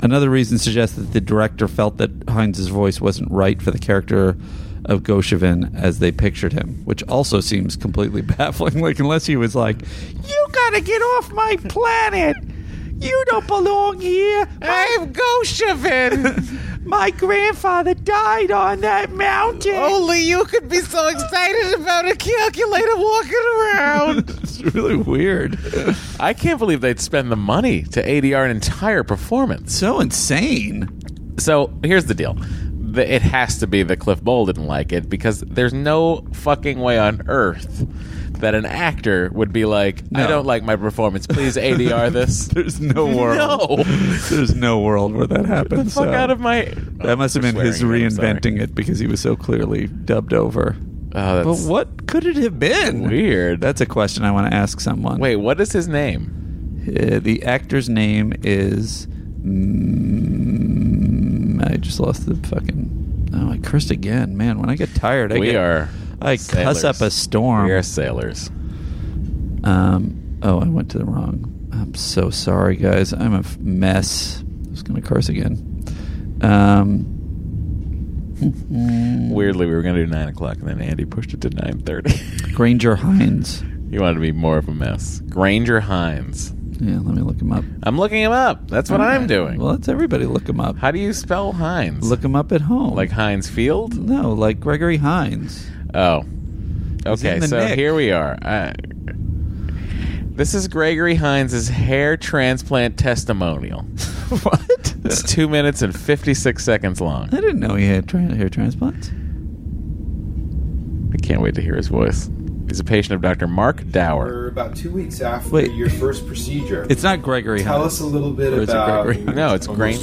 Another reason suggests that the director felt that Hines' voice wasn't right for the character of Goshevin as they pictured him, which also seems completely baffling. Like, unless he was like, You gotta get off my planet! You don't belong here! I'm Goshevin! my grandfather died on that mountain! Only you could be so excited about a calculator walking around! it's really weird.
I can't believe they'd spend the money to ADR an entire performance.
So insane.
So here's the deal. The- It has to be that Cliff Bowl didn't like it because there's no fucking way on earth that an actor would be like, I
No.
don't like my performance. Please ADR this.
There's no world.
No.
There's no world where that happens. uh,
fuck
so-
out of my-
That must have been
We're
his
Oh, swearing again, I'm
reinventing it because he was so clearly dubbed over. but
Oh, that's-
what could it have been? Weird. That's a question I want to ask someone. Wait,
what is his name?
Uh, the actor's name is. Mm, I just lost the fucking. Oh, I cursed again, man. When I get tired, I
We
get,
are
I
sailors.
cuss up a storm.
We are sailors.
Um. Oh, I went to the wrong. I'm so sorry, guys. I'm a f- mess. I was gonna curse again. Um.
Weirdly, we were going to do 9 o'clock, and then Andy pushed it to 9.30.
Granger Hines.
You wanted to be more of a mess. Granger Hines.
Yeah, let me look him up.
I'm looking him up. That's what
All
I'm
right.
doing.
Well, let's everybody look him up.
How do you spell Hines?
Look him up at home.
Like Hines Field?
No, like Gregory Hines.
Oh. Okay,
in the
so
Knick.
here we are. I, this is Gregory Hines' hair transplant testimonial.
what?
It's two minutes and 56 seconds long.
I didn't know he had tra- hair transplants.
I can't wait to hear his voice. He's a patient of Dr. Mark Dower.
We're about two weeks after
Wait.
your first procedure.
It's not Gregory
Tell
Hines.
us a little bit
Or is it
about.
Gregory?
No, it's Grain.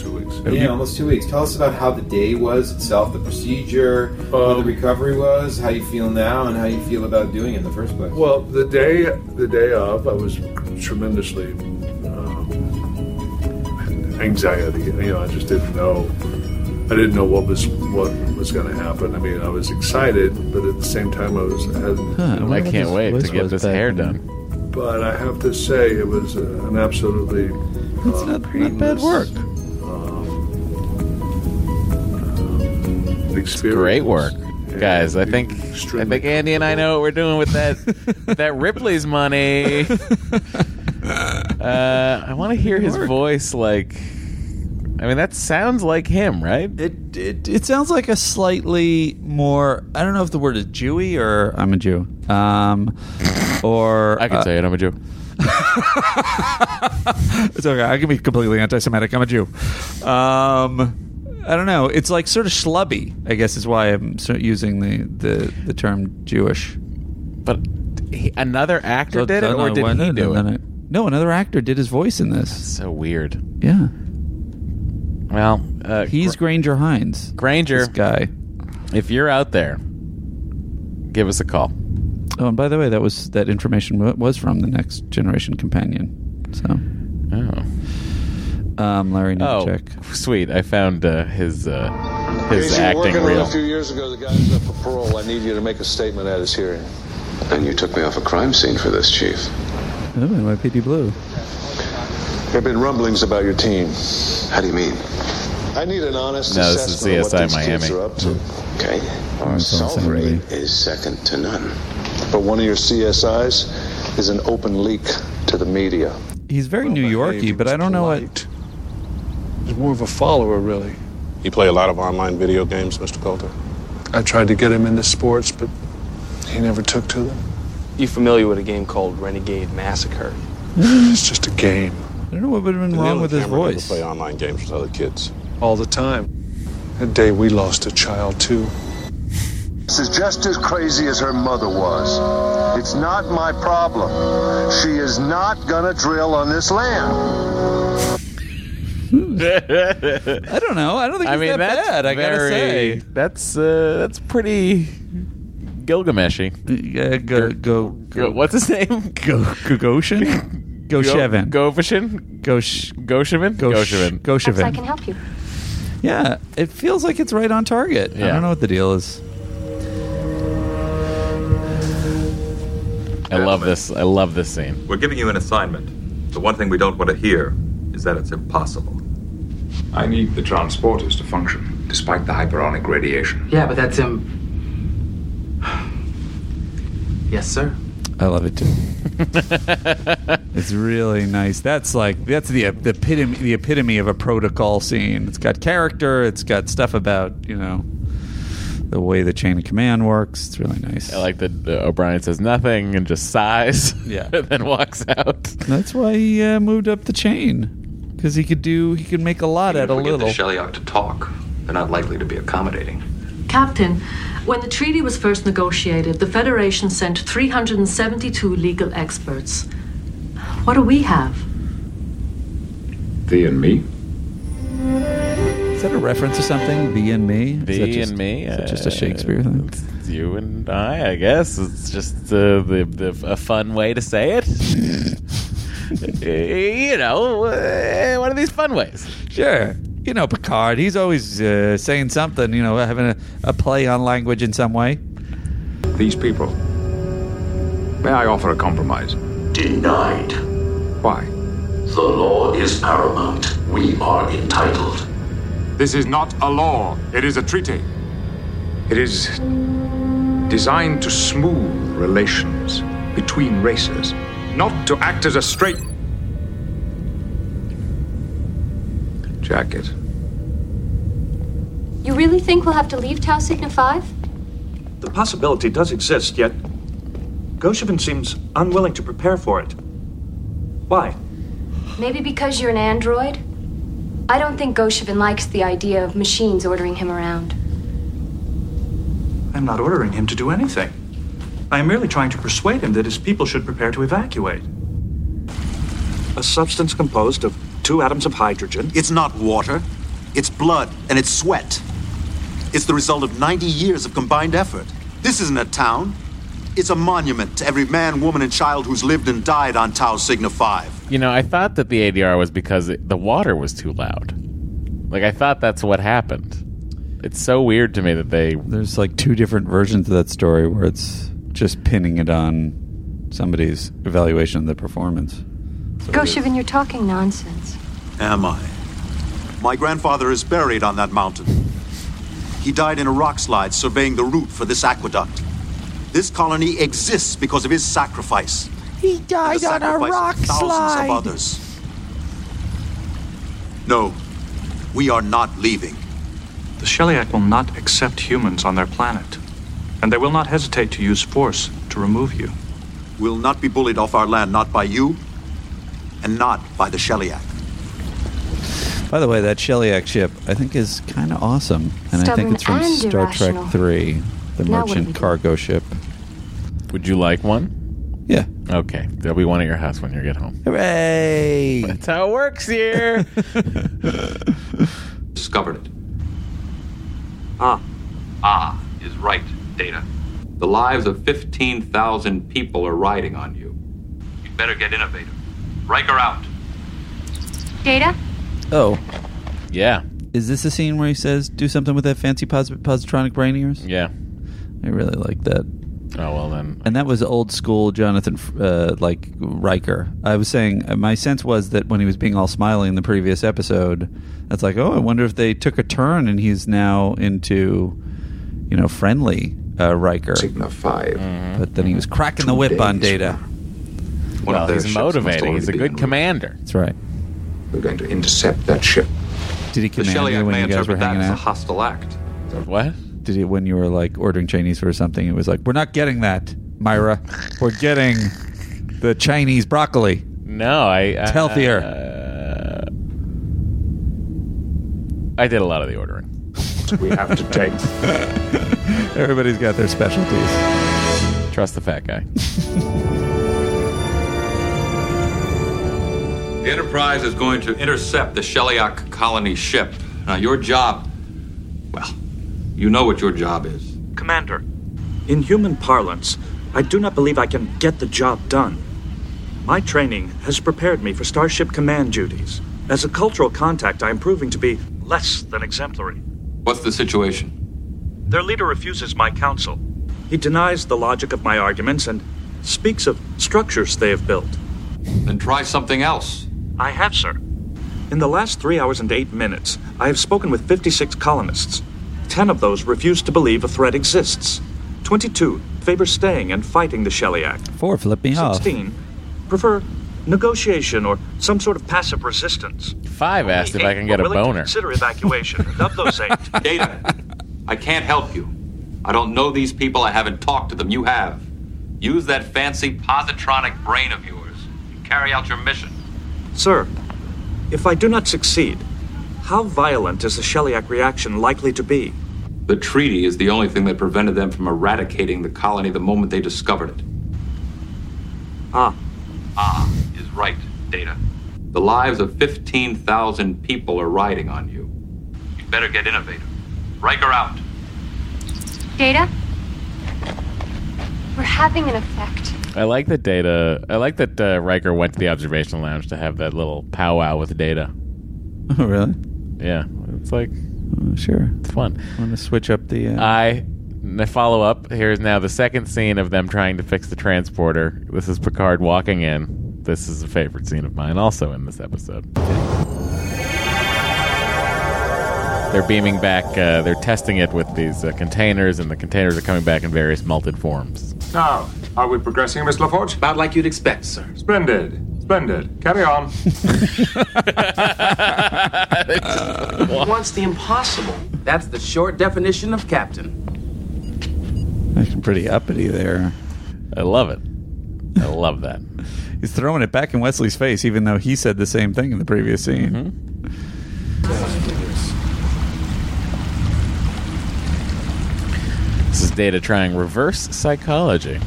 Yeah, almost two weeks. Tell us about how the day was itself, the procedure, how
Um,
the recovery was, how you feel now, and how you feel about doing it in the first place.
Well, the day the day of, I was tremendously um, anxiety. You know, I just didn't know. I didn't know what was what was going to happen. I mean, I was excited, but at the same time, I was. I, had,
I, can't wait to get this hair done.
But I have to say, it was uh, an absolutely. uh, It's not, bad work.
It's great work. Guys, I think I think Andy and I know what we're doing with that with that Ripley's money. Uh, I want to hear his voice like I mean that sounds like him, right?
It it it sounds like a slightly more I don't know if the word is Jewy or I'm a Jew. Um or I
can say it, I'm a Jew.
it's okay. I can be completely anti-Semitic. I'm a Jew. Um, I don't know. It's like sort of schlubby. I guess is why I'm sort of using the, the, the term Jewish.
But he, another actor did it, or did he do it?
No, another actor did his voice in this.
so weird.
Yeah.
Well, uh,
he's Granger Hines.
Granger
this guy.
If you're out there, give us a call.
Oh, and by the way, that was that information wa- was from the Next Generation Companion. So, oh, um, Larry
Oh,
Nunchuk.
sweet! I found uh, his uh, his
Case you were
acting
working on
reel.
a few years ago. The guy's up for parole. I need you to make a statement at his hearing.
And you took me off a crime scene for this, Chief.
Oh, NYPD Blue.
There have been rumblings about your team.
How do you mean?
I need an honest
No, this
assessment
is
of what these
CSI
kids
Miami. Oh,
are up to.
Okay. Our solve rate is second to none.
But one of your CSIs is an open leak to the media.
He's very New Yorky, but I don't know what.
He's more of a follower, really.
You play a lot of online video games, Mr. Coulter.
I tried to get him into sports, but he never took to them.
You familiar with a game called Renegade Massacre?
it's just a game.
I don't know what would have been
wrong with his
voice. Play online games with other kids.
all the time. That day we lost a child, too.
This is just as crazy as her mother was. It's not my problem. She is not gonna drill on this land.
I
don't know. I don't think
I
he's
mean
that
that's
bad, I gotta
very,
say.
that's uh, that's pretty Gilgameshy.
Yeah, go, go,
What's his name?
Go, Gogoshin? Goshevin.
Govashin.
Gosh.
Goshevin. Goshevin.
Perhaps I
Goshevin.
can help you.
Yeah, it feels like it's right on target. I
Yeah.
don't know what the deal is.
I love this. I love this scene.
We're giving you an assignment. The one thing we don't want to hear is that it's impossible.
I need the transporters to function, despite the hyperonic radiation.
Yeah, but that's him. Yes, sir.
I love it too. it's really nice. That's like that's the the epitome the epitome of a protocol scene. It's got character. It's got stuff about you know the way the chain of command works. It's really nice.
I like that uh, O'Brien says nothing and just sighs.
Yeah.
and then walks out.
That's why he uh, moved up the chain because he could do he could make a lot out
If
of
we get
little.
the Shellyak to talk, they're not likely to be accommodating.
Captain, When the treaty was first negotiated, the Federation sent 372 legal experts. What do we have?
Thee and me?
Is that a reference to something? Thee and me? Is
Thee
that just-
and me.
Is that just
uh,
a Shakespeare thing?
it's You and I, I guess. It's just uh, the, the a fun way to say it. Eh, you know, uh, one of these fun ways.
Sure. You know, Picard, he's always uh, saying something, you know, having a, a play on language in some way.
These people. May I offer a compromise?
Denied.
Why?
The law is paramount. We are entitled.
This is not a law, it is a treaty. It is designed to smooth relations between races, not to act as a straight. Jacket.
You really think we'll have to leave Tau Sigma 5?
The possibility does exist, yet Goshevin seems unwilling to prepare for it. Why?
Maybe because you're an android? I don't think Goshevin likes the idea of machines ordering him around.
I'm not ordering him to do anything. I am merely trying to persuade him that his people should prepare to evacuate. A substance composed of two atoms of hydrogen.
It's not water, it's blood and it's sweat. It's the result of 90 years of combined effort. This isn't a town. It's a monument to every man, woman, and child who's lived and died on Tau Sigma 5.
You know, I thought that the ADR was because it, the water was too loud. Like I thought that's what happened. It's so weird to me that they
There's like two different versions of that story where it's just pinning it on somebody's evaluation of the performance.
Goshevin, you're talking nonsense.
Am I? My grandfather is buried on that mountain. He died in a rock slide surveying the route for this aqueduct. This colony exists because of his sacrifice.
He died
the
on a
sacrifice of
rock
thousands of
slide.
others. No, we are not leaving.
The Sheliak will not accept humans on their planet, and they will not hesitate to use force to remove you.
We'll not be bullied off our land, not by you, and not by the Sheliak.
By the way, that Sheliak ship, I think, is kind of awesome. And I
Stubborn
think it's from
and
Star Trek
irrational.
3, the
Now what do we
merchant
do?
cargo ship.
Would you like one?
Yeah.
Okay. There'll be one at your house when you get home.
Hooray!
That's how it works here.
Discovered it.
Ah.
Ah is right, Data. The lives of 15,000 people are riding on you. You'd better get innovative. Riker out.
Data?
Oh.
Yeah.
Is this the scene where he says, do something with that fancy pos- positronic brain of yours?
Yeah.
I really like that.
Oh, well then.
And that was old school Jonathan, uh, like Riker. I was saying, uh, my sense was that when he was being all smiley in the previous episode, that's like, oh, I wonder if they took a turn and he's now into, you know, friendly uh, Riker. Sigma
5.
Mm-hmm.
But then he
Mm-hmm.
was cracking the
Two
whip on
days
Data.
well, he's motivating. He's a good commander.
That's right.
We're going to intercept that ship.
Did he
The
command
Shellyak
you
may
when you guys were
interpret that
hanging
as a
out?
hostile act.
What?
Did he, when you were like ordering Chinese for something, it was like, we're not getting that, Myra. We're getting the Chinese broccoli.
No, I.
It's
I-
healthier.
uh, I did a lot of the ordering.
we have to take.
Everybody's got their specialties.
Trust the fat guy.
The Enterprise is going to intercept the Sheliak colony ship. Now, your job, well, you know what your job is.
Commander, in human parlance, I do not believe I can get the job done. My training has prepared me for Starship Command duties. As a cultural contact, I am proving to be less than exemplary.
What's the situation?
Their leader refuses my counsel. He denies the logic of my arguments and speaks of structures they have built.
Then try something else.
I have, sir. In the last three hours and eight minutes, I have spoken with 56 colonists. Ten of those refuse to believe a threat exists. 22 favor staying and fighting the Sheliak.
Four flipping off.
16 prefer negotiation or some sort of passive resistance.
Five asked if I can get a boner.
Consider evacuation. And of those eight,
Data, I can't help you. I don't know these people. I haven't talked to them. You have. Use that fancy positronic brain of yours and carry out your mission.
Sir, if I do not succeed, how violent is the Sheliak reaction likely to be?
The treaty is the only thing that prevented them from eradicating the colony the moment they discovered it. Ah. Ah is right, Data. The lives of 15,000 people are riding on you. You better get innovative. Riker out.
Data? We're having an effect.
I like that Data. I like that uh, Riker went to the observation lounge to have that little powwow with Data.
Oh, really? Oh,
Yeah, it's like
sure,
it's fun.
I'm gonna switch up the. Uh,
I the follow up here is now the second scene of them trying to fix the transporter. This is Picard walking in. This is a favorite scene of mine, also in this episode. They're beaming back. Uh, they're testing it with these uh, containers, and the containers are coming back in various melted forms.
Now, are we progressing, Miss LaForge? About like you'd expect, sir. Splendid. Splendid. Carry on.
He wants the impossible. That's the short definition of captain.
I'm pretty uppity there.
I love it. I love that.
He's throwing it back in Wesley's face, even though he said the same thing in the previous scene.
Mm-hmm. This is data trying reverse psychology.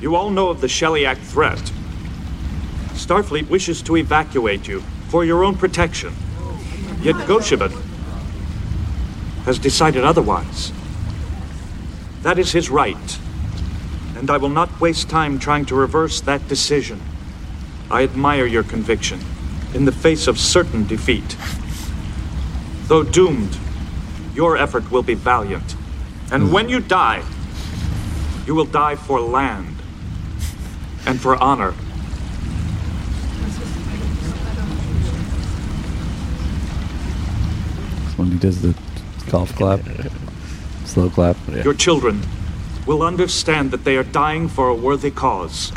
You all know of the Shellyak threat. Starfleet wishes to evacuate you for your own protection. Yet Goshibin has decided otherwise. That is his right, and I will not waste time trying to reverse that decision. I admire your conviction in the face of certain defeat. Though doomed, your effort will be valiant. And when you die, you will die for land and for honor.
When he does the golf clap, slow clap.
Your children will understand that they are dying for a worthy cause.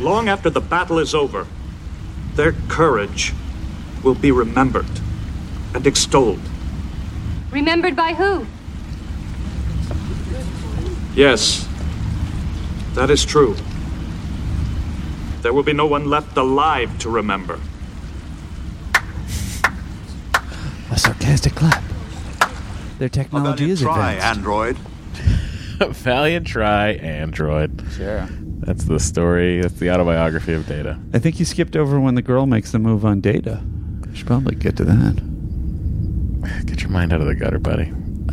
Long after the battle is over, their courage will be remembered and extolled.
Remembered by who?
Yes, that is true. There will be no one left alive to remember.
A sarcastic clap. Their technology is
Try,
advanced.
android.
Valiant try, Android.
Sure.
That's the story. That's the autobiography of Data.
I think you skipped over when the girl makes the move on Data. Should probably get to that.
Get your mind out of the gutter, buddy.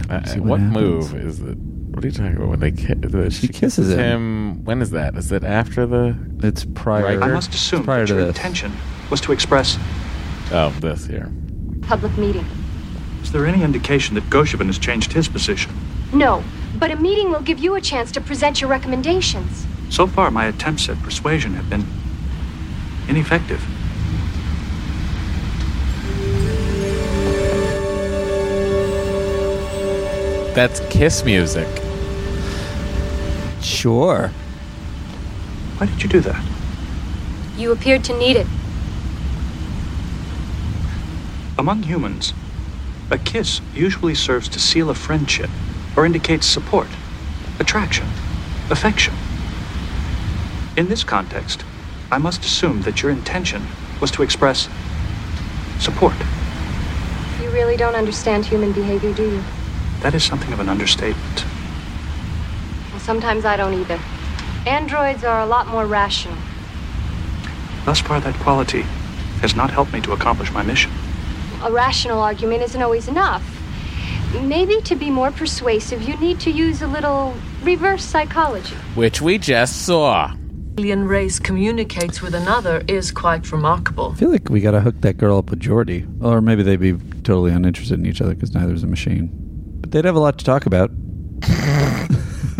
Uh,
see
what
what happens.
move is it? What are you talking about? When they ki- the, she,
kisses him.
When is that? Is it after the?
It's prior.
I must assume that your intention was to express.
Oh, this here.
Public meeting.
Is there any indication that Goshevin has changed his position?
No, but a meeting will give you a chance to present your recommendations.
So far, my attempts at persuasion have been ineffective.
That's kiss music.
Sure.
Why did you do that?
You appeared to need it.
Among humans, a kiss usually serves to seal a friendship or indicates support, attraction, affection. In this context, I must assume that your intention was to express support.
You really don't understand human behavior, do you?
That is something of an understatement.
Well, sometimes I don't either. Androids are a lot more rational.
Thus far, that quality has not helped me to accomplish my mission.
A rational argument isn't always enough. Maybe to be more persuasive, you need to use a little reverse psychology.
Which we just saw.
Alien race communicates with another is quite remarkable.
I feel like we gotta hook that girl up with Jordy, or maybe they'd be totally uninterested in each other because neither's a machine. But they'd have a lot to talk about.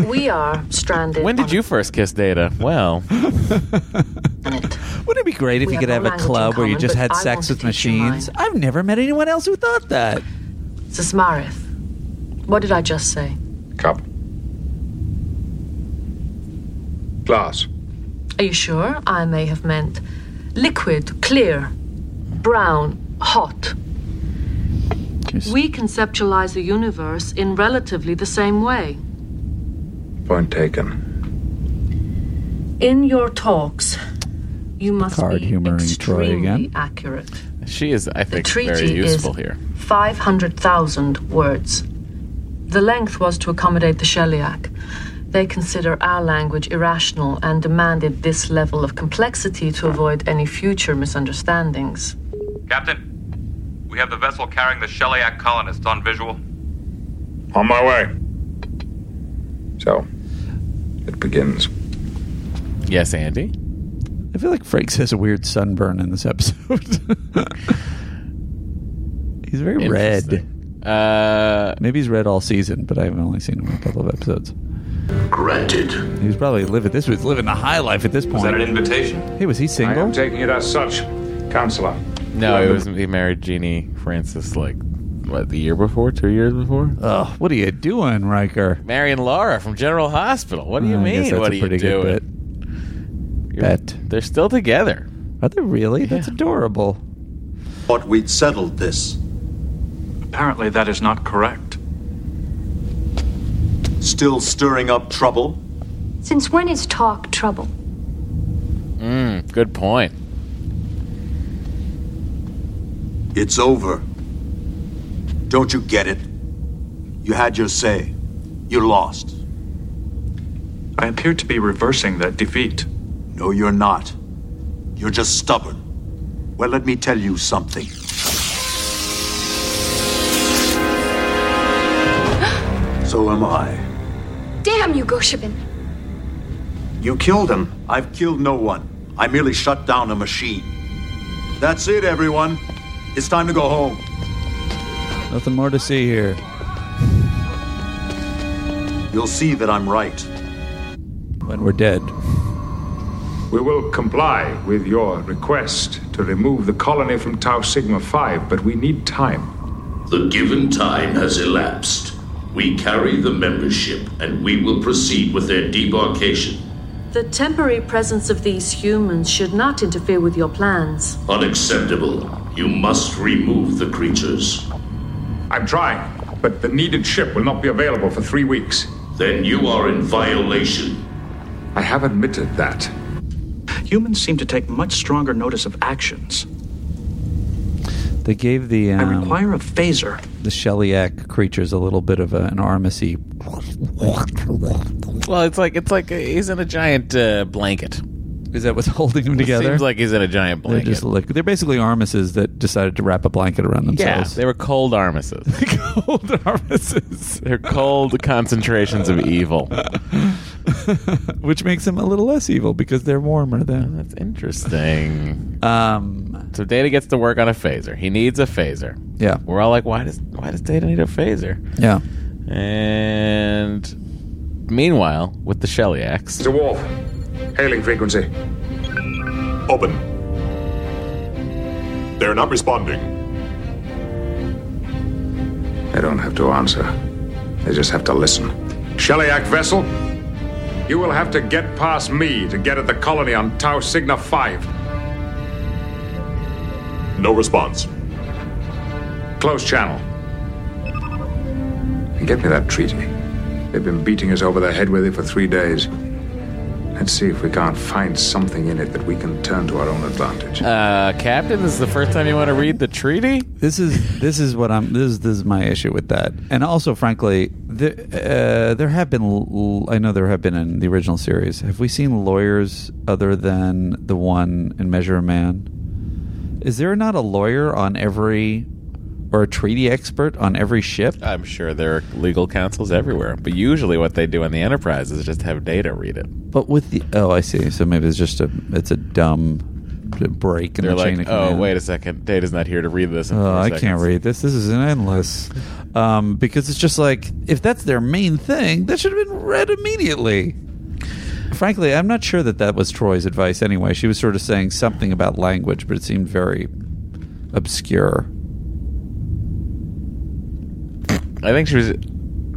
We are stranded.
When
on
did
a
you first kiss Data? Well,
Wouldn't it be great if
We
you could
have
have
no
a
language
club
in
where you
common,
just
but
had
I want
sex
to
with
teach you mine.
machines? I've never met anyone else who thought that.
Sismarith. What did I just say?
Cup. Glass.
Are you sure? I may have meant liquid, clear, brown, hot. We conceptualize the universe in relatively the same way.
Point taken.
In your talks, you must
Card
be
humoring Troy
extremely
again.
accurate.
She is, I think, very
treaty is-
useful here.
500,000 words. The length was to accommodate the Sheliak. They consider our language irrational and demanded this level of complexity to avoid any future misunderstandings.
Captain, we have the vessel carrying the Sheliak colonists on visual.
On my way. So, it begins.
Yes, Andy.
I feel like Frakes has a weird sunburn in this episode. he's very red.
Uh,
Maybe he's red all season, but I've only seen him in a couple of episodes.
Granted.
He was probably living. This was living the high life at this point.
Was that an invitation?
Hey, was he
I
single?
am taking it as such, Counselor.
No, he was he married Jeannie Francis like what the year before, two years before.
Oh, what are you doing, Riker?
Marion Laura from General Hospital. What do you
I guess
mean?
that's
What
a
are you
pretty good
doing?
Bet.
They're still together.
Are they really? That's adorable.
Thought we'd settled this.
Apparently, that is not correct.
Still stirring up trouble?
Since when is talk trouble?
Mm, good point.
It's over. Don't you get it? You had your say. You lost.
I appear to be reversing that defeat.
No, you're not. You're just stubborn. Well, let me tell you something. So am I.
Damn you, Goshibin.
You killed him. I've killed no one. I merely shut down a machine. That's it, everyone. It's time to go home.
Nothing more to see here.
You'll see that I'm right.
When we're dead.
We will comply with your request to remove the colony from Tau Sigma 5, but we need time.
The given time has elapsed. We carry the membership and we will proceed with their debarkation.
The temporary presence of these humans should not interfere with your plans.
Unacceptable. You must remove the creatures.
I'm trying, but the needed ship will not be available for three weeks.
Then you are in violation.
I have admitted that.
Humans seem to take much stronger notice of actions.
They gave the um,
Require a phaser.
the Sheliak creatures a little bit of a, an armacy.
Well, it's like it's like uh, he's in a giant uh, blanket.
Is that what's holding him together?
Seems like he's in a giant
They're
blanket.
just like they're basically armices that decided to wrap a blanket around
yeah,
themselves.
they were cold armices.
cold armices.
They're cold concentrations of evil.
which makes them a little less evil because they're warmer then.
That's interesting.
Um,
so Data gets to work on a phaser. He needs a phaser.
Yeah.
We're all like, why does why does Data need a phaser?
Yeah.
And meanwhile, with the Shellyax,
Mr. Wolf, hailing frequency.
Open. They're not responding.
They don't have to answer. They just have to listen. Sheliak vessel, you will have to get past me to get at the colony on Tau Sigma 5.
No response.
Close channel. And get me that treaty. They've been beating us over the head with it for three days. Let's see if we can't find something in it that we can turn to our own advantage.
uh, Captain, this is the first time you want to read the treaty.
This is this is what I'm this is, this is my issue with that. And also frankly, the, uh, there have been l- I know there have been in the original series. Have we seen lawyers other than the one in Measure of Man? Is there not a lawyer on every or a treaty expert on every ship?
I'm sure there are legal counsels everywhere, but usually what they do on the Enterprise is just have Data read it.
But with the oh, I see. So maybe it's just a it's a dumb break in
They're
the chain
like,
of
oh,
command."
wait a second, Data's not here to read this. In
Oh,
four
I
seconds.
can't read this. This is an endless. Um, because it's just like, if that's their main thing, that should have been read immediately. Frankly, I'm not sure that that was Troy's advice anyway. She was sort of saying something about language, but it seemed very obscure.
I think she was.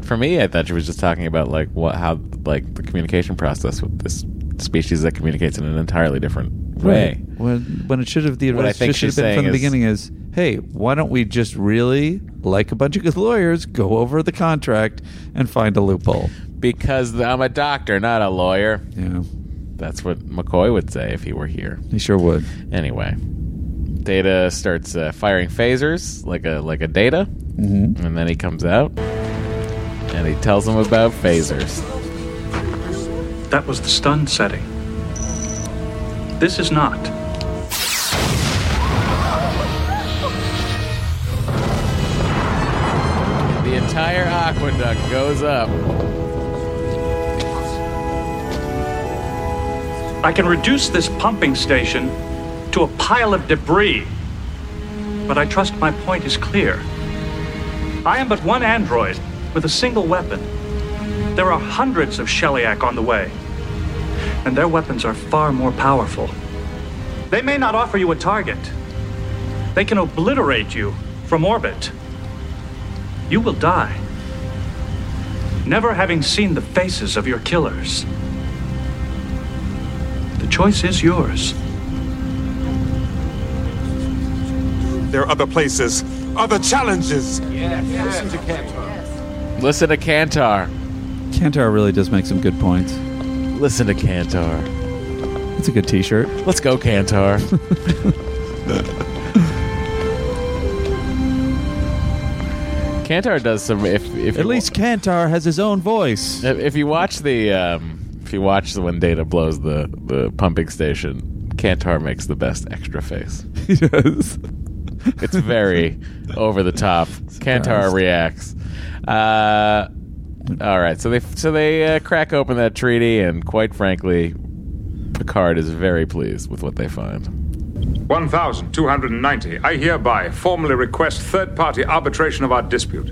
For me, I thought she was just talking about like what how like the communication process with this species that communicates in an entirely different way.
When, when it should have, the
What I
advice
think
just should have
she's
been from the
saying
beginning is, hey, why don't we just really, like a bunch of good lawyers, go over the contract and find a loophole?
Because I'm a doctor, not a lawyer.
Yeah,
that's what McCoy would say if he were here.
He sure would.
Anyway, Data starts uh, firing phasers like a like a data,
Mhm.
and then he comes out and he tells them about phasers.
That was the stun setting. This is not.
The entire aqueduct goes up.
I can reduce this pumping station to a pile of debris. But I trust my point is clear. I am but one android with a single weapon. There are hundreds of Sheliak on the way, and their weapons are far more powerful. They may not offer you a target, they can obliterate you from orbit. You will die, never having seen the faces of your killers. The choice is yours.
There are other places, other challenges.
Listen to Kantar.
Kantar really does make some good points.
Listen to Kantar.
It's a good T-shirt.
Let's go, Kantar. Kantar does some. If, if at least
Kantar has his own voice.
If, if you watch the, um, if you watch the when Data blows the the pumping station, Kantar makes the best extra face.
He does.
It's very over the top. Kantar reacts. Uh, all right, so they so they uh, crack open that treaty, and quite frankly, Picard is very pleased with what they find.
1290. I hereby formally request third party arbitration of our dispute.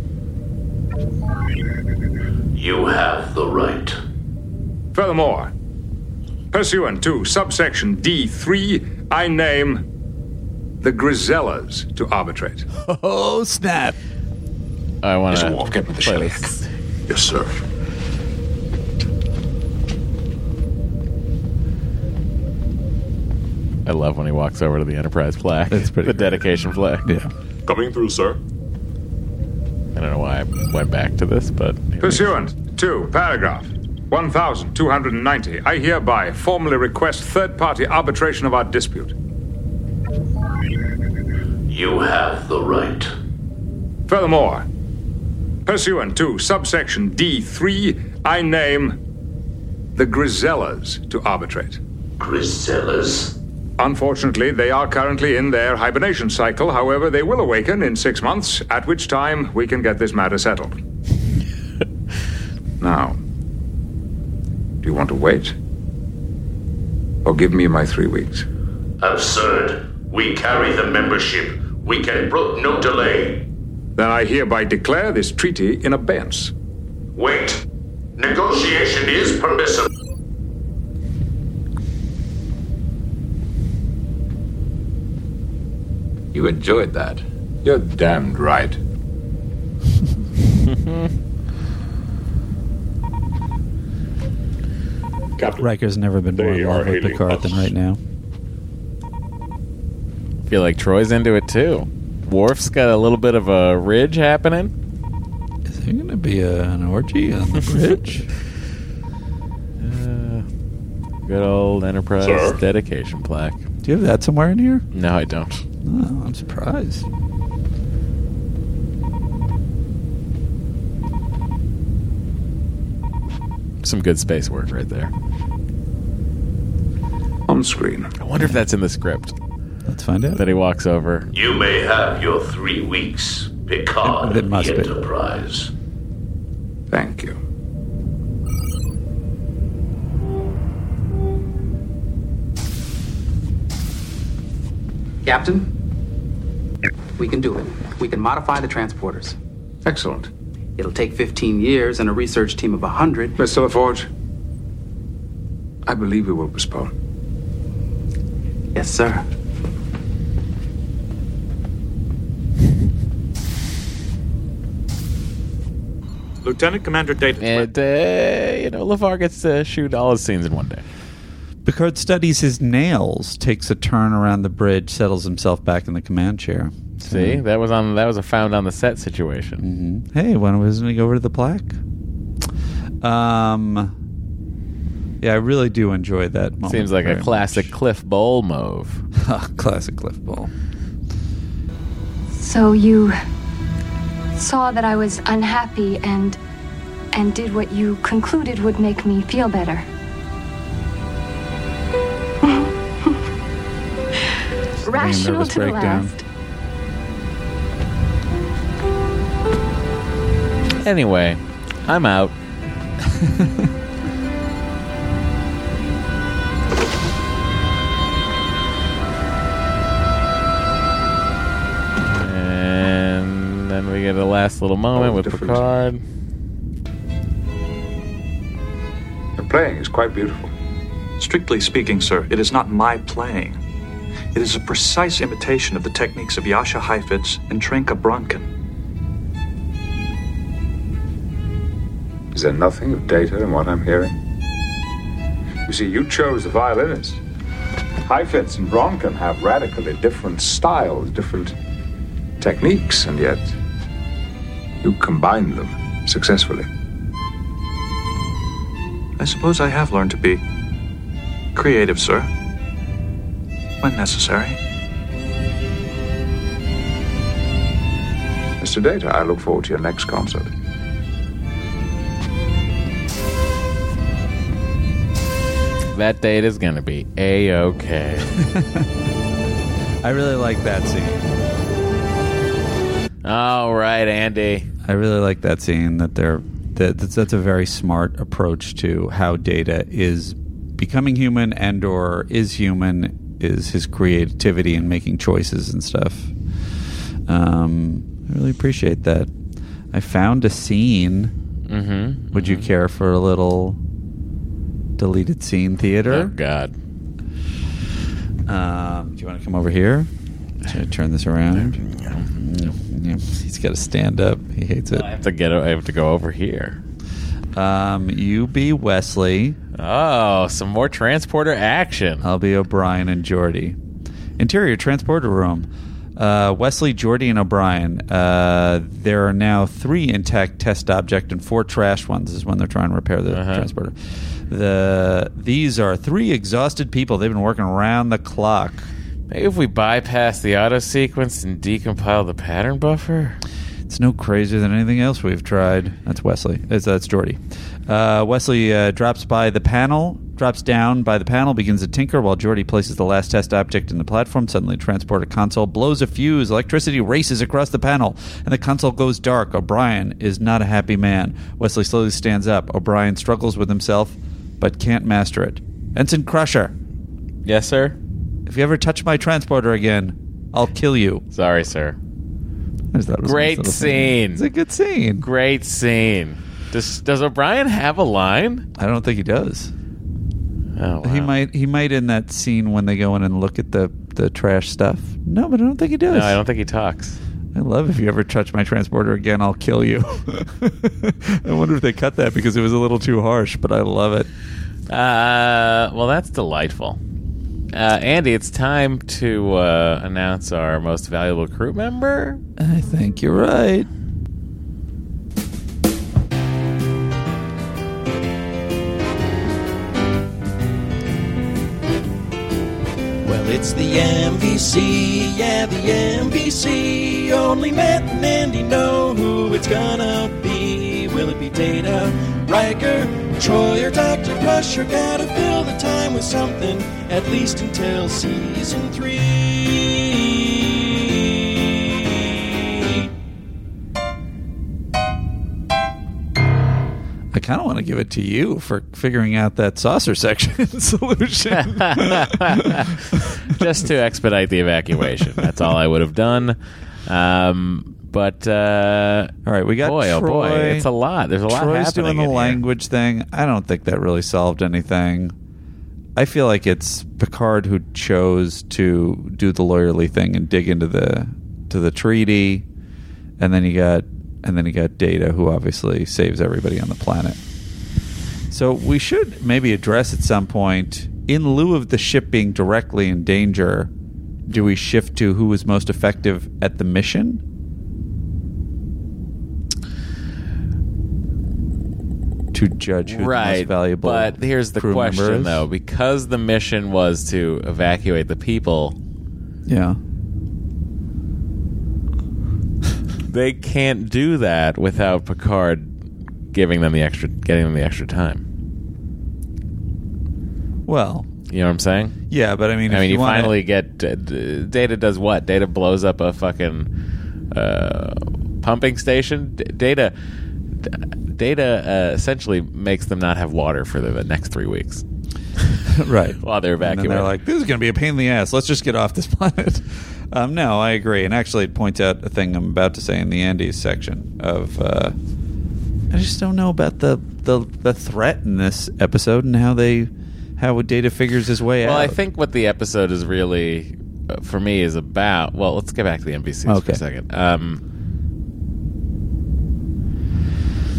You have the right.
Furthermore, pursuant to subsection D3, I name the Grisellas to arbitrate.
Oh snap!
I want to
walk in with the Shellyak.
Yes, sir.
I love when he walks over to the Enterprise flag. That's pretty. the dedication flag. Yeah.
Coming through, sir.
I don't know why I went back to this, but
Pursuant to paragraph 1290, I hereby formally request third party arbitration of our dispute.
You have the right.
Furthermore, pursuant to subsection D3, I name the Grisellas to arbitrate.
Grisellas?
Unfortunately, they are currently in their hibernation cycle. However, they will awaken in six months, at which time we can get this matter settled. now, do you want to wait? Or give me my three weeks?
Absurd. We carry the membership. We can brook no delay.
Then I hereby declare this treaty in abeyance.
Wait. Negotiation is permissible.
You enjoyed that.
You're damned right.
Riker's never been more in love with Picard than right now.
I feel like Troy's into it too. Worf's got a little bit of a ridge happening.
Is there going to be a, an orgy on the bridge?
Uh, Good old Enterprise
Sir?
dedication plaque.
Do you have that somewhere in here?
No, I don't.
Oh, I'm surprised.
Some good space work right there.
On screen.
I wonder if that's in the script.
Let's find out.
That he walks over.
You may have your three weeks. Picard,
It must
the
be.
Enterprise.
Thank you.
Captain, we can do it. We can modify the transporters.
Excellent.
It'll take 15 years and a research team of 100.
Mr. LaForge, I believe we will postpone.
Yes, sir.
Lieutenant Commander Data.
And, uh, you know, LeVar gets to shoot all his scenes in one day.
Picard studies his nails, takes a turn around the bridge, settles himself back in the command chair.
See,
Mm-hmm.
that was on that was a found on the set situation.
Hey, why doesn't he go over to the plaque? Mm-hmm. Um, yeah, I really do enjoy that moment.
Seems like a
very
classic Cliff Bowl move.
classic Cliff Bowl.
Mm-hmm.
So you saw that I was unhappy and and did what you concluded would make me feel better. Rational
nervous
to the
breakdown.
last.
Anyway, I'm out. and then we get a last little moment with Picard.
The playing is quite beautiful. Strictly speaking, sir, it is not my playing. It is a precise imitation of the techniques of Yasha Heifetz and Trenka Bronkin.
Is there nothing of data in what I'm hearing? You see, you chose the violinist. Heifetz and Bronken have radically different styles, different techniques, and yet you combine them successfully.
I suppose I have learned to be creative, sir, when necessary.
Mr. Data, I look forward to your next concert.
That date is going to be A OK.
I really like that scene.
All right, Andy.
I really like that scene that they're that that's, that's a very smart approach to how data is becoming human and or is human is his creativity and making choices and stuff. Um, I really appreciate that. I found a scene.
Mhm,
Would you care for a little deleted scene theater? Oh
God.
Um, do you want to come over here? Should I turn this around? Mm, yeah. He's got to stand up. He hates it. I
have to get. I have to go over here.
Um, you be Wesley.
Oh, some more transporter action.
I'll be O'Brien and Jordy. Interior transporter room. Uh, Wesley, Jordy, and O'Brien. Uh, there are now three intact test object and four trash ones. Is when they're trying to repair the
Uh-huh.
transporter. The these are three exhausted people. They've been working around the clock.
Maybe if we bypass the auto sequence and decompile the pattern buffer.
It's no crazier than anything else we've tried. That's Wesley. That's, that's Jordy. Uh, Wesley uh, drops by the panel, drops down by the panel, begins to tinker while Jordy places the last test object in the platform. Suddenly, transporter console blows a fuse. Electricity races across the panel, and the console goes dark. O'Brien is not a happy man. Wesley slowly stands up. O'Brien struggles with himself, but can't master it. Ensign Crusher.
Yes, sir.
If you ever touch my transporter again, I'll kill you.
Sorry, sir. Great scene.
It's a good scene.
Great scene. Does Does O'Brien have a line?
I don't think he does.
Oh,
He might. He might in that scene when they go in and look at the the trash stuff. No, but I don't think he does.
No, I don't think he talks.
I love if you ever touch my transporter again, I'll kill you. I wonder if they cut that because it was a little too harsh, but I love it.
Uh, well, that's delightful. Uh, Andy, it's time to uh, announce our most valuable crew member.
I think you're right.
Well, it's the MVC, yeah, the MVC. Only Matt and Andy know who it's gonna be. Will it be Data, Riker, Troy, or Dr. Crusher? Gotta fill the time with something, at least until season three.
I kind of want to give it to you for figuring out that saucer section solution.
just to expedite the evacuation. That's all I would have done. Um, but uh,
all right, we got
boy, oh boy,
Troy.
it's a lot. There's a lot
Troy's
happening.
doing the
in here.
language thing. I don't think that really solved anything. I feel like it's Picard who chose to do the lawyerly thing and dig into the to the treaty, and then you got and then you got Data, who obviously saves everybody on the planet. So we should maybe address at some point, in lieu of the ship being directly in danger, do we shift to who is most effective at the mission? to judge who the
Right,
most valuable.
but here's the
crew
question
member is.
though: because the mission was to evacuate the people,
Yeah.
they can't do that without Picard giving them the extra, getting them the extra time.
Well,
You know what I'm saying?
Yeah, but I mean,
I
if
mean,
you
you,
wanna-
finally get d- d- Data does what? Data blows up a fucking uh, pumping station. D- data, d- Data uh, essentially makes them not have water for the, the next three weeks.
right.
While they're
And then
evacuating.
they're like, this is going to be a pain in the ass. Let's just get off this planet. Um, no, I agree. And actually, it points out a thing I'm about to say in the Andes section of. Uh, I just don't know about the, the the threat in this episode and how they how Data figures his way
well,
out.
I think what the episode is really, uh, for me, is about. Well, let's get back to the NBCs for
Okay.
a second. Um,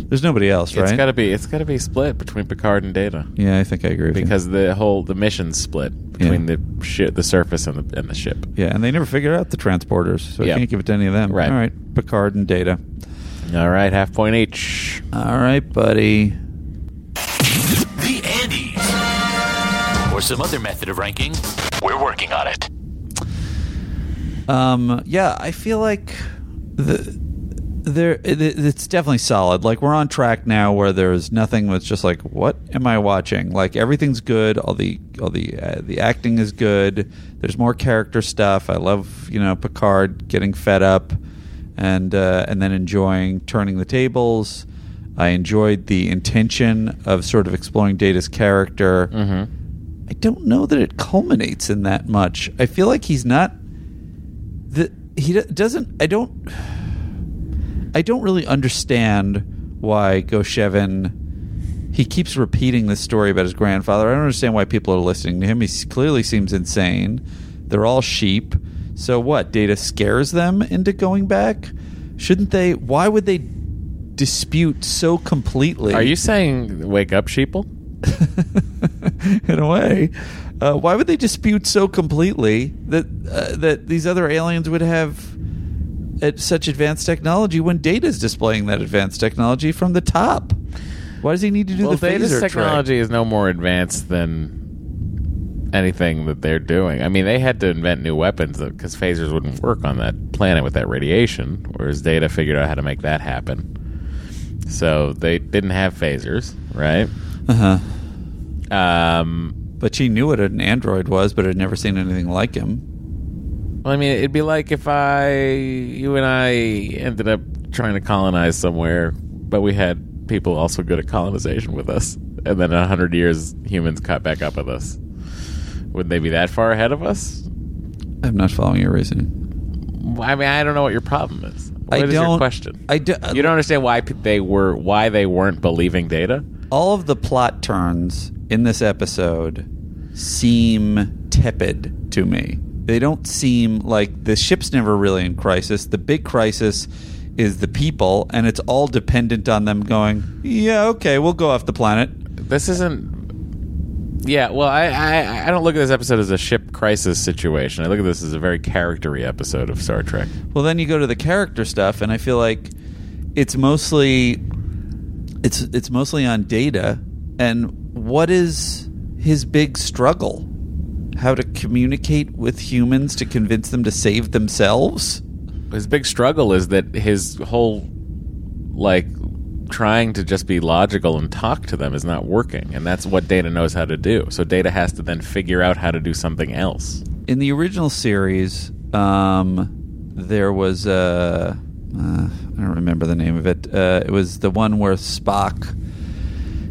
There's nobody else, right?
It's gotta be. It's gotta be split between Picard and Data.
yeah, I think I agree. With you.
because the whole the mission split between the ship, the surface, and the and the ship.
Yeah, and they never figured out the transporters, so I
Yeah.
can't give it to any of them.
Right.
All right, Picard and Data.
All right, half point each.
All right, buddy.
The Andes. Or some other method of ranking. We're working on it.
Um, yeah, I feel like the there it, it's definitely solid. Like we're on track now, where there's nothing that's just like, what am I watching? Like everything's good. All the all the uh, the acting is good. There's more character stuff. I love you know Picard getting fed up, and uh, and then enjoying turning the tables. I enjoyed the intention of sort of exploring Data's character. I don't know that it culminates in that much. I feel like he's not the he do- doesn't. I don't. I don't really understand why Goshevin. He keeps repeating this story about his grandfather. I don't understand why people are listening to him. He s- clearly seems insane. They're all sheep. So what? Data scares them into going back. Shouldn't they? Why would they dispute so completely?
Are you saying wake up, sheeple?
in a way. Uh, why would they dispute so completely that uh, that these other aliens would have at such advanced technology when Data's displaying that advanced technology from the top? Why does he need to do
well,
the phaser
data's
trick?
technology is no more advanced than anything that they're doing. I mean, they had to invent new weapons because phasers wouldn't work on that planet with that radiation, whereas Data figured out how to make that happen. So they didn't have phasers, right?
Uh
huh. Um,
but she knew what an android was, but had never seen anything like him.
Well, I mean, it'd be like if I, you and I ended up trying to colonize somewhere, but we had people also good at colonization with us, and then in a hundred years, humans caught back up with us. Would they be that far ahead of us?
I'm not following your reasoning.
Well, I mean, I don't know what your problem is.
I
What is your
don't-
question?
I uh, do,
you don't understand why pe- they were why they weren't believing data.
All of the plot turns in this episode seem tepid to me. They don't seem like the ship's never really in crisis. The big crisis is the people, and it's all dependent on them going, yeah, okay, we'll go off the planet.
This isn't Yeah, well, I, I I don't look at this episode as a ship crisis situation. I look at this as a very charactery episode of Star Trek.
Well, then you go to the character stuff, and I feel like it's mostly it's it's mostly on data and what is his big struggle? How to communicate with humans to convince them to save themselves?
his big struggle is that his whole like trying to just be logical and talk to them is not working and that's what data knows how to do so data has to then figure out how to do something else
In the original series, um, there was a. Uh, I don't remember the name of it. Uh, it was the one where Spock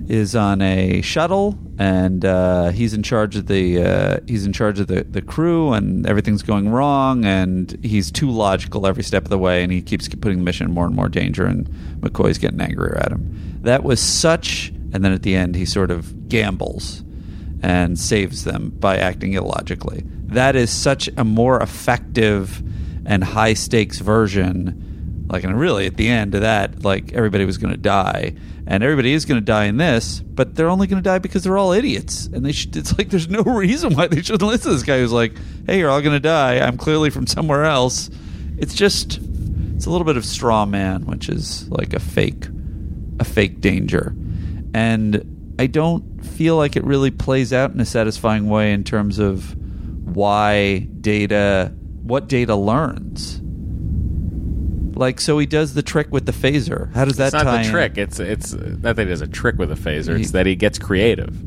is on a shuttle and uh, he's in charge of the uh, he's in charge of the, the crew and everything's going wrong and he's too logical every step of the way and he keeps putting the mission in more and more danger and McCoy's getting angrier at him. That was such and then at the end he sort of gambles and saves them by acting illogically. That is such a more effective and high stakes version. Like, and really at the end of that, like everybody was going to die, and everybody is going to die in this, but they're only going to die because they're all idiots, and they should. It's like there's no reason why they shouldn't listen to this guy who's like, "Hey, you're all going to die. I'm clearly from somewhere else." It's just, it's a little bit of straw man, which is like a fake, a fake danger and I don't feel like it really plays out in a satisfying way in terms of why data, what data learns. Like, so he does the trick with the phaser. How does that
it's not
tie
the
in?
trick. It's it's not that he does a trick with a phaser. It's that he gets creative.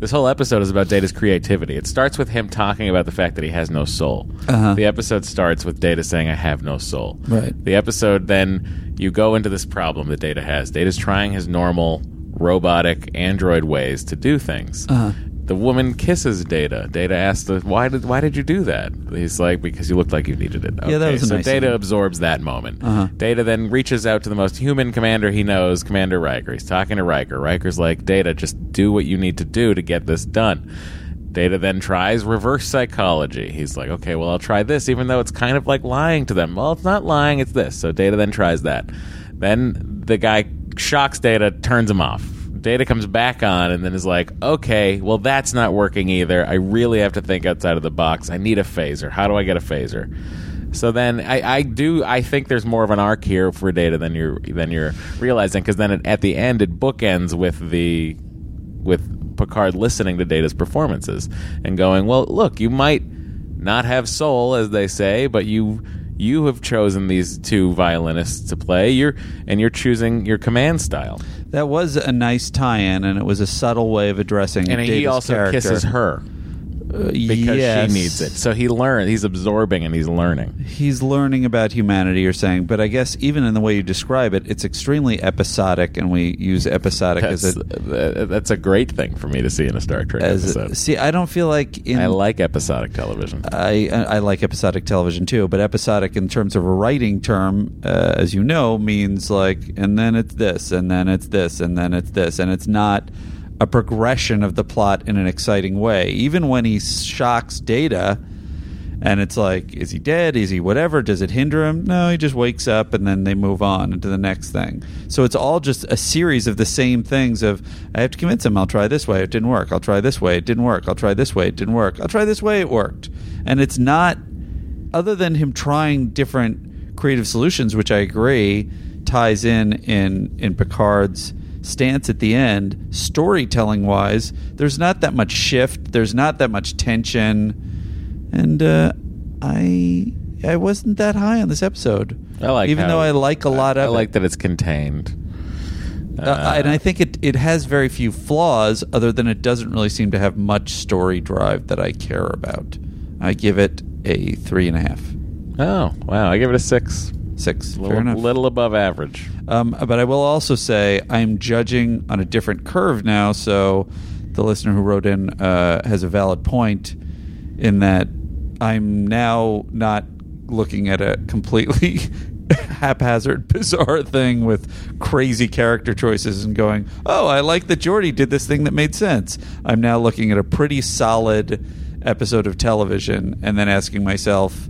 This whole episode is about Data's creativity. It starts with him talking about the fact that he has no soul.
Uh-huh.
The episode starts with Data saying, "I have no soul."
Right.
The episode then you go into this problem that Data has. Data's trying his normal robotic android ways to do things.
Uh-huh.
The woman kisses Data. Data asks, the, "Why did Why did you do that?" He's like, "Because you looked like you needed it."
Yeah, that was a
so
nice
Data
scene.
absorbs that moment.
Uh-huh.
Data then reaches out to the most human commander he knows, Commander Riker. He's talking to Riker. Riker's like, "Data, just do what you need to do to get this done." Data then tries reverse psychology. He's like, "Okay, well, I'll try this, even though it's kind of like lying to them." Well, it's not lying; it's this. So Data then tries that. Then the guy shocks Data, turns him off. Data comes back on and then is like, okay, well, that's not working either. I really have to think outside of the box. I need a phaser. How do I get a phaser? So then I, I do I think there's more of an arc here for Data than you're than you're realizing because then it, at the end it bookends with the with Picard listening to Data's performances and going, well, look, you might not have soul, as they say, but you you have chosen these two violinists to play. You're and you're choosing your command style.
That was a nice tie-in, and it was a subtle way of addressing.
and he
Data's
also
character.
kisses her
Uh,
because
yes.
she needs it. So he learns. He's absorbing and he's learning.
He's learning about humanity, you're saying, but I guess even in the way you describe it, it's extremely episodic, and we use episodic as a
That's- uh, that's a great thing for me to see in a Star Trek
As-
episode.
see, I don't feel like in
I like episodic television.
I I like episodic television too, but episodic in terms of a writing term, uh, as you know, means like, and then it's this, and then it's this, and then it's this, and it's not a progression of the plot in an exciting way. Even when he shocks Data, and it's like, is he dead? Is he whatever? Does it hinder him? No, he just wakes up, and then they move on into the next thing. So it's all just a series of the same things. Of I have to convince him. I'll try this way. It didn't work. I'll try this way. It didn't work. I'll try this way. It didn't work. I'll try this way. It worked. And it's not other than him trying different creative solutions, which I agree ties in in in Picard's stance at the end, storytelling wise, there's not that much shift, there's not that much tension, and uh, I I wasn't that high on this episode.
I like
even
how-
though I like a lot
I,
of it.
like that it's contained.
Uh, and I think it, it has very few flaws, other than it doesn't really seem to have much story drive that I care about. I give it a three and a half.
Oh wow! I give it a six.
Six.
Little,
Fair enough.
little above average.
Um, but I will also say I'm judging on a different curve now. So the listener who wrote in uh, has a valid point in that I'm now not looking at a completely haphazard, bizarre thing with crazy character choices and going, oh, I like that Jordy did this thing that made sense. I'm now looking at a pretty solid episode of television and then asking myself,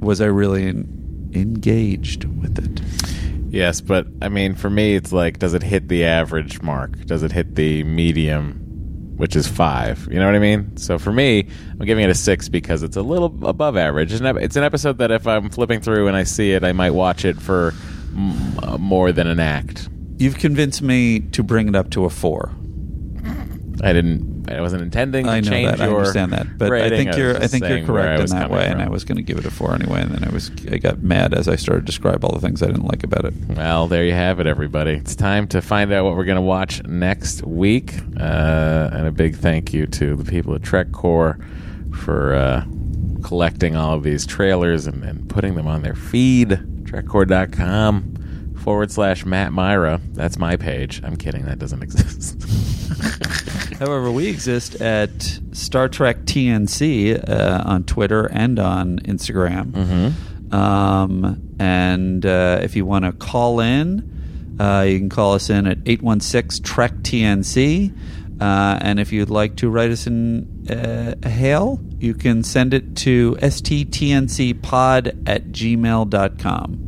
was I really en- engaged with it?
Yes, but I mean, for me, it's like, does it hit the average mark? Does it hit the medium, which is five? You know what I mean? So for me, I'm giving it a six because it's a little above average. It's an ep- It's an episode that if I'm flipping through and I see it, I might watch it for m- uh, more than an act.
You've convinced me to bring it up to a four.
I didn't. I wasn't intending to
I know
change
that. I
your
understand that, but I
rating.
think
was
you're. I
just
think you're
saying where I
correct in
was
that
coming
way,
from.
and I was going to give it a four anyway, and then I was. I got mad as I started to describe all the things I didn't like about it.
Well, there you have it, everybody. It's time to find out what we're going to watch next week. Uh, and a big thank you to the people at Trek Corps for uh, collecting all of these trailers and, and putting them on their feed. TrekCorps.com forward slash Matt Myra. That's my page. I'm kidding. That doesn't exist.
However, we exist at Star Trek TNC uh, on Twitter and on Instagram.
Mm-hmm.
Um, and uh, if you want to call in, uh, you can call us in at 816 Trek TNC. Uh, and if you'd like to write us in uh, a hail, you can send it to sttncpod at gmail.com.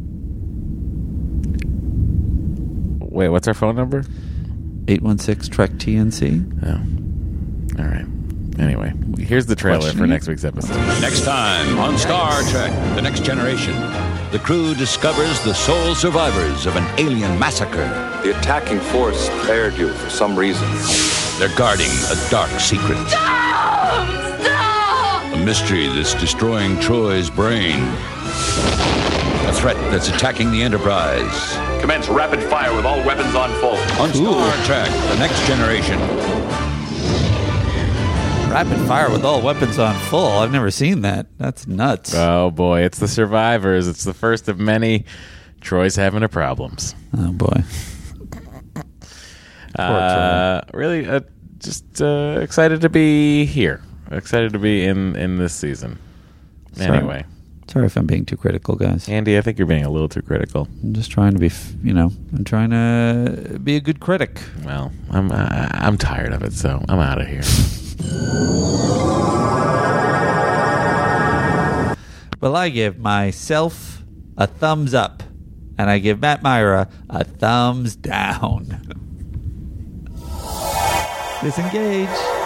Wait, what's our phone number?
816 Trek TNC.
Oh. All right. Anyway, here's the trailer for
Questioning?
next week's episode.
Next time on Star Trek The Next Generation, the crew discovers the sole survivors of an alien massacre.
The attacking force spared you for some reason.
They're guarding a dark secret. A mystery that's destroying Troy's brain. a threat that's attacking the Enterprise.
Commence rapid fire with all weapons on full.
On Star Trek, The Next Generation.
Rapid fire with all weapons on full. I've never seen that. That's nuts.
Oh boy, it's the survivors. It's the first of many. Troy's having a problems.
Oh boy.
Uh, really, uh, just uh, excited to be here. Excited to be in in this season.
Sorry.
Anyway,
Sorry if I'm being too critical, guys.
Andy, I think you're being a little too critical.
I'm just trying to be, f- you know, I'm trying to be a good critic.
Well, I'm uh, I'm tired of it, so I'm out of here.
Well, I give myself a thumbs up, and I give Matt Myra a thumbs down. Disengage.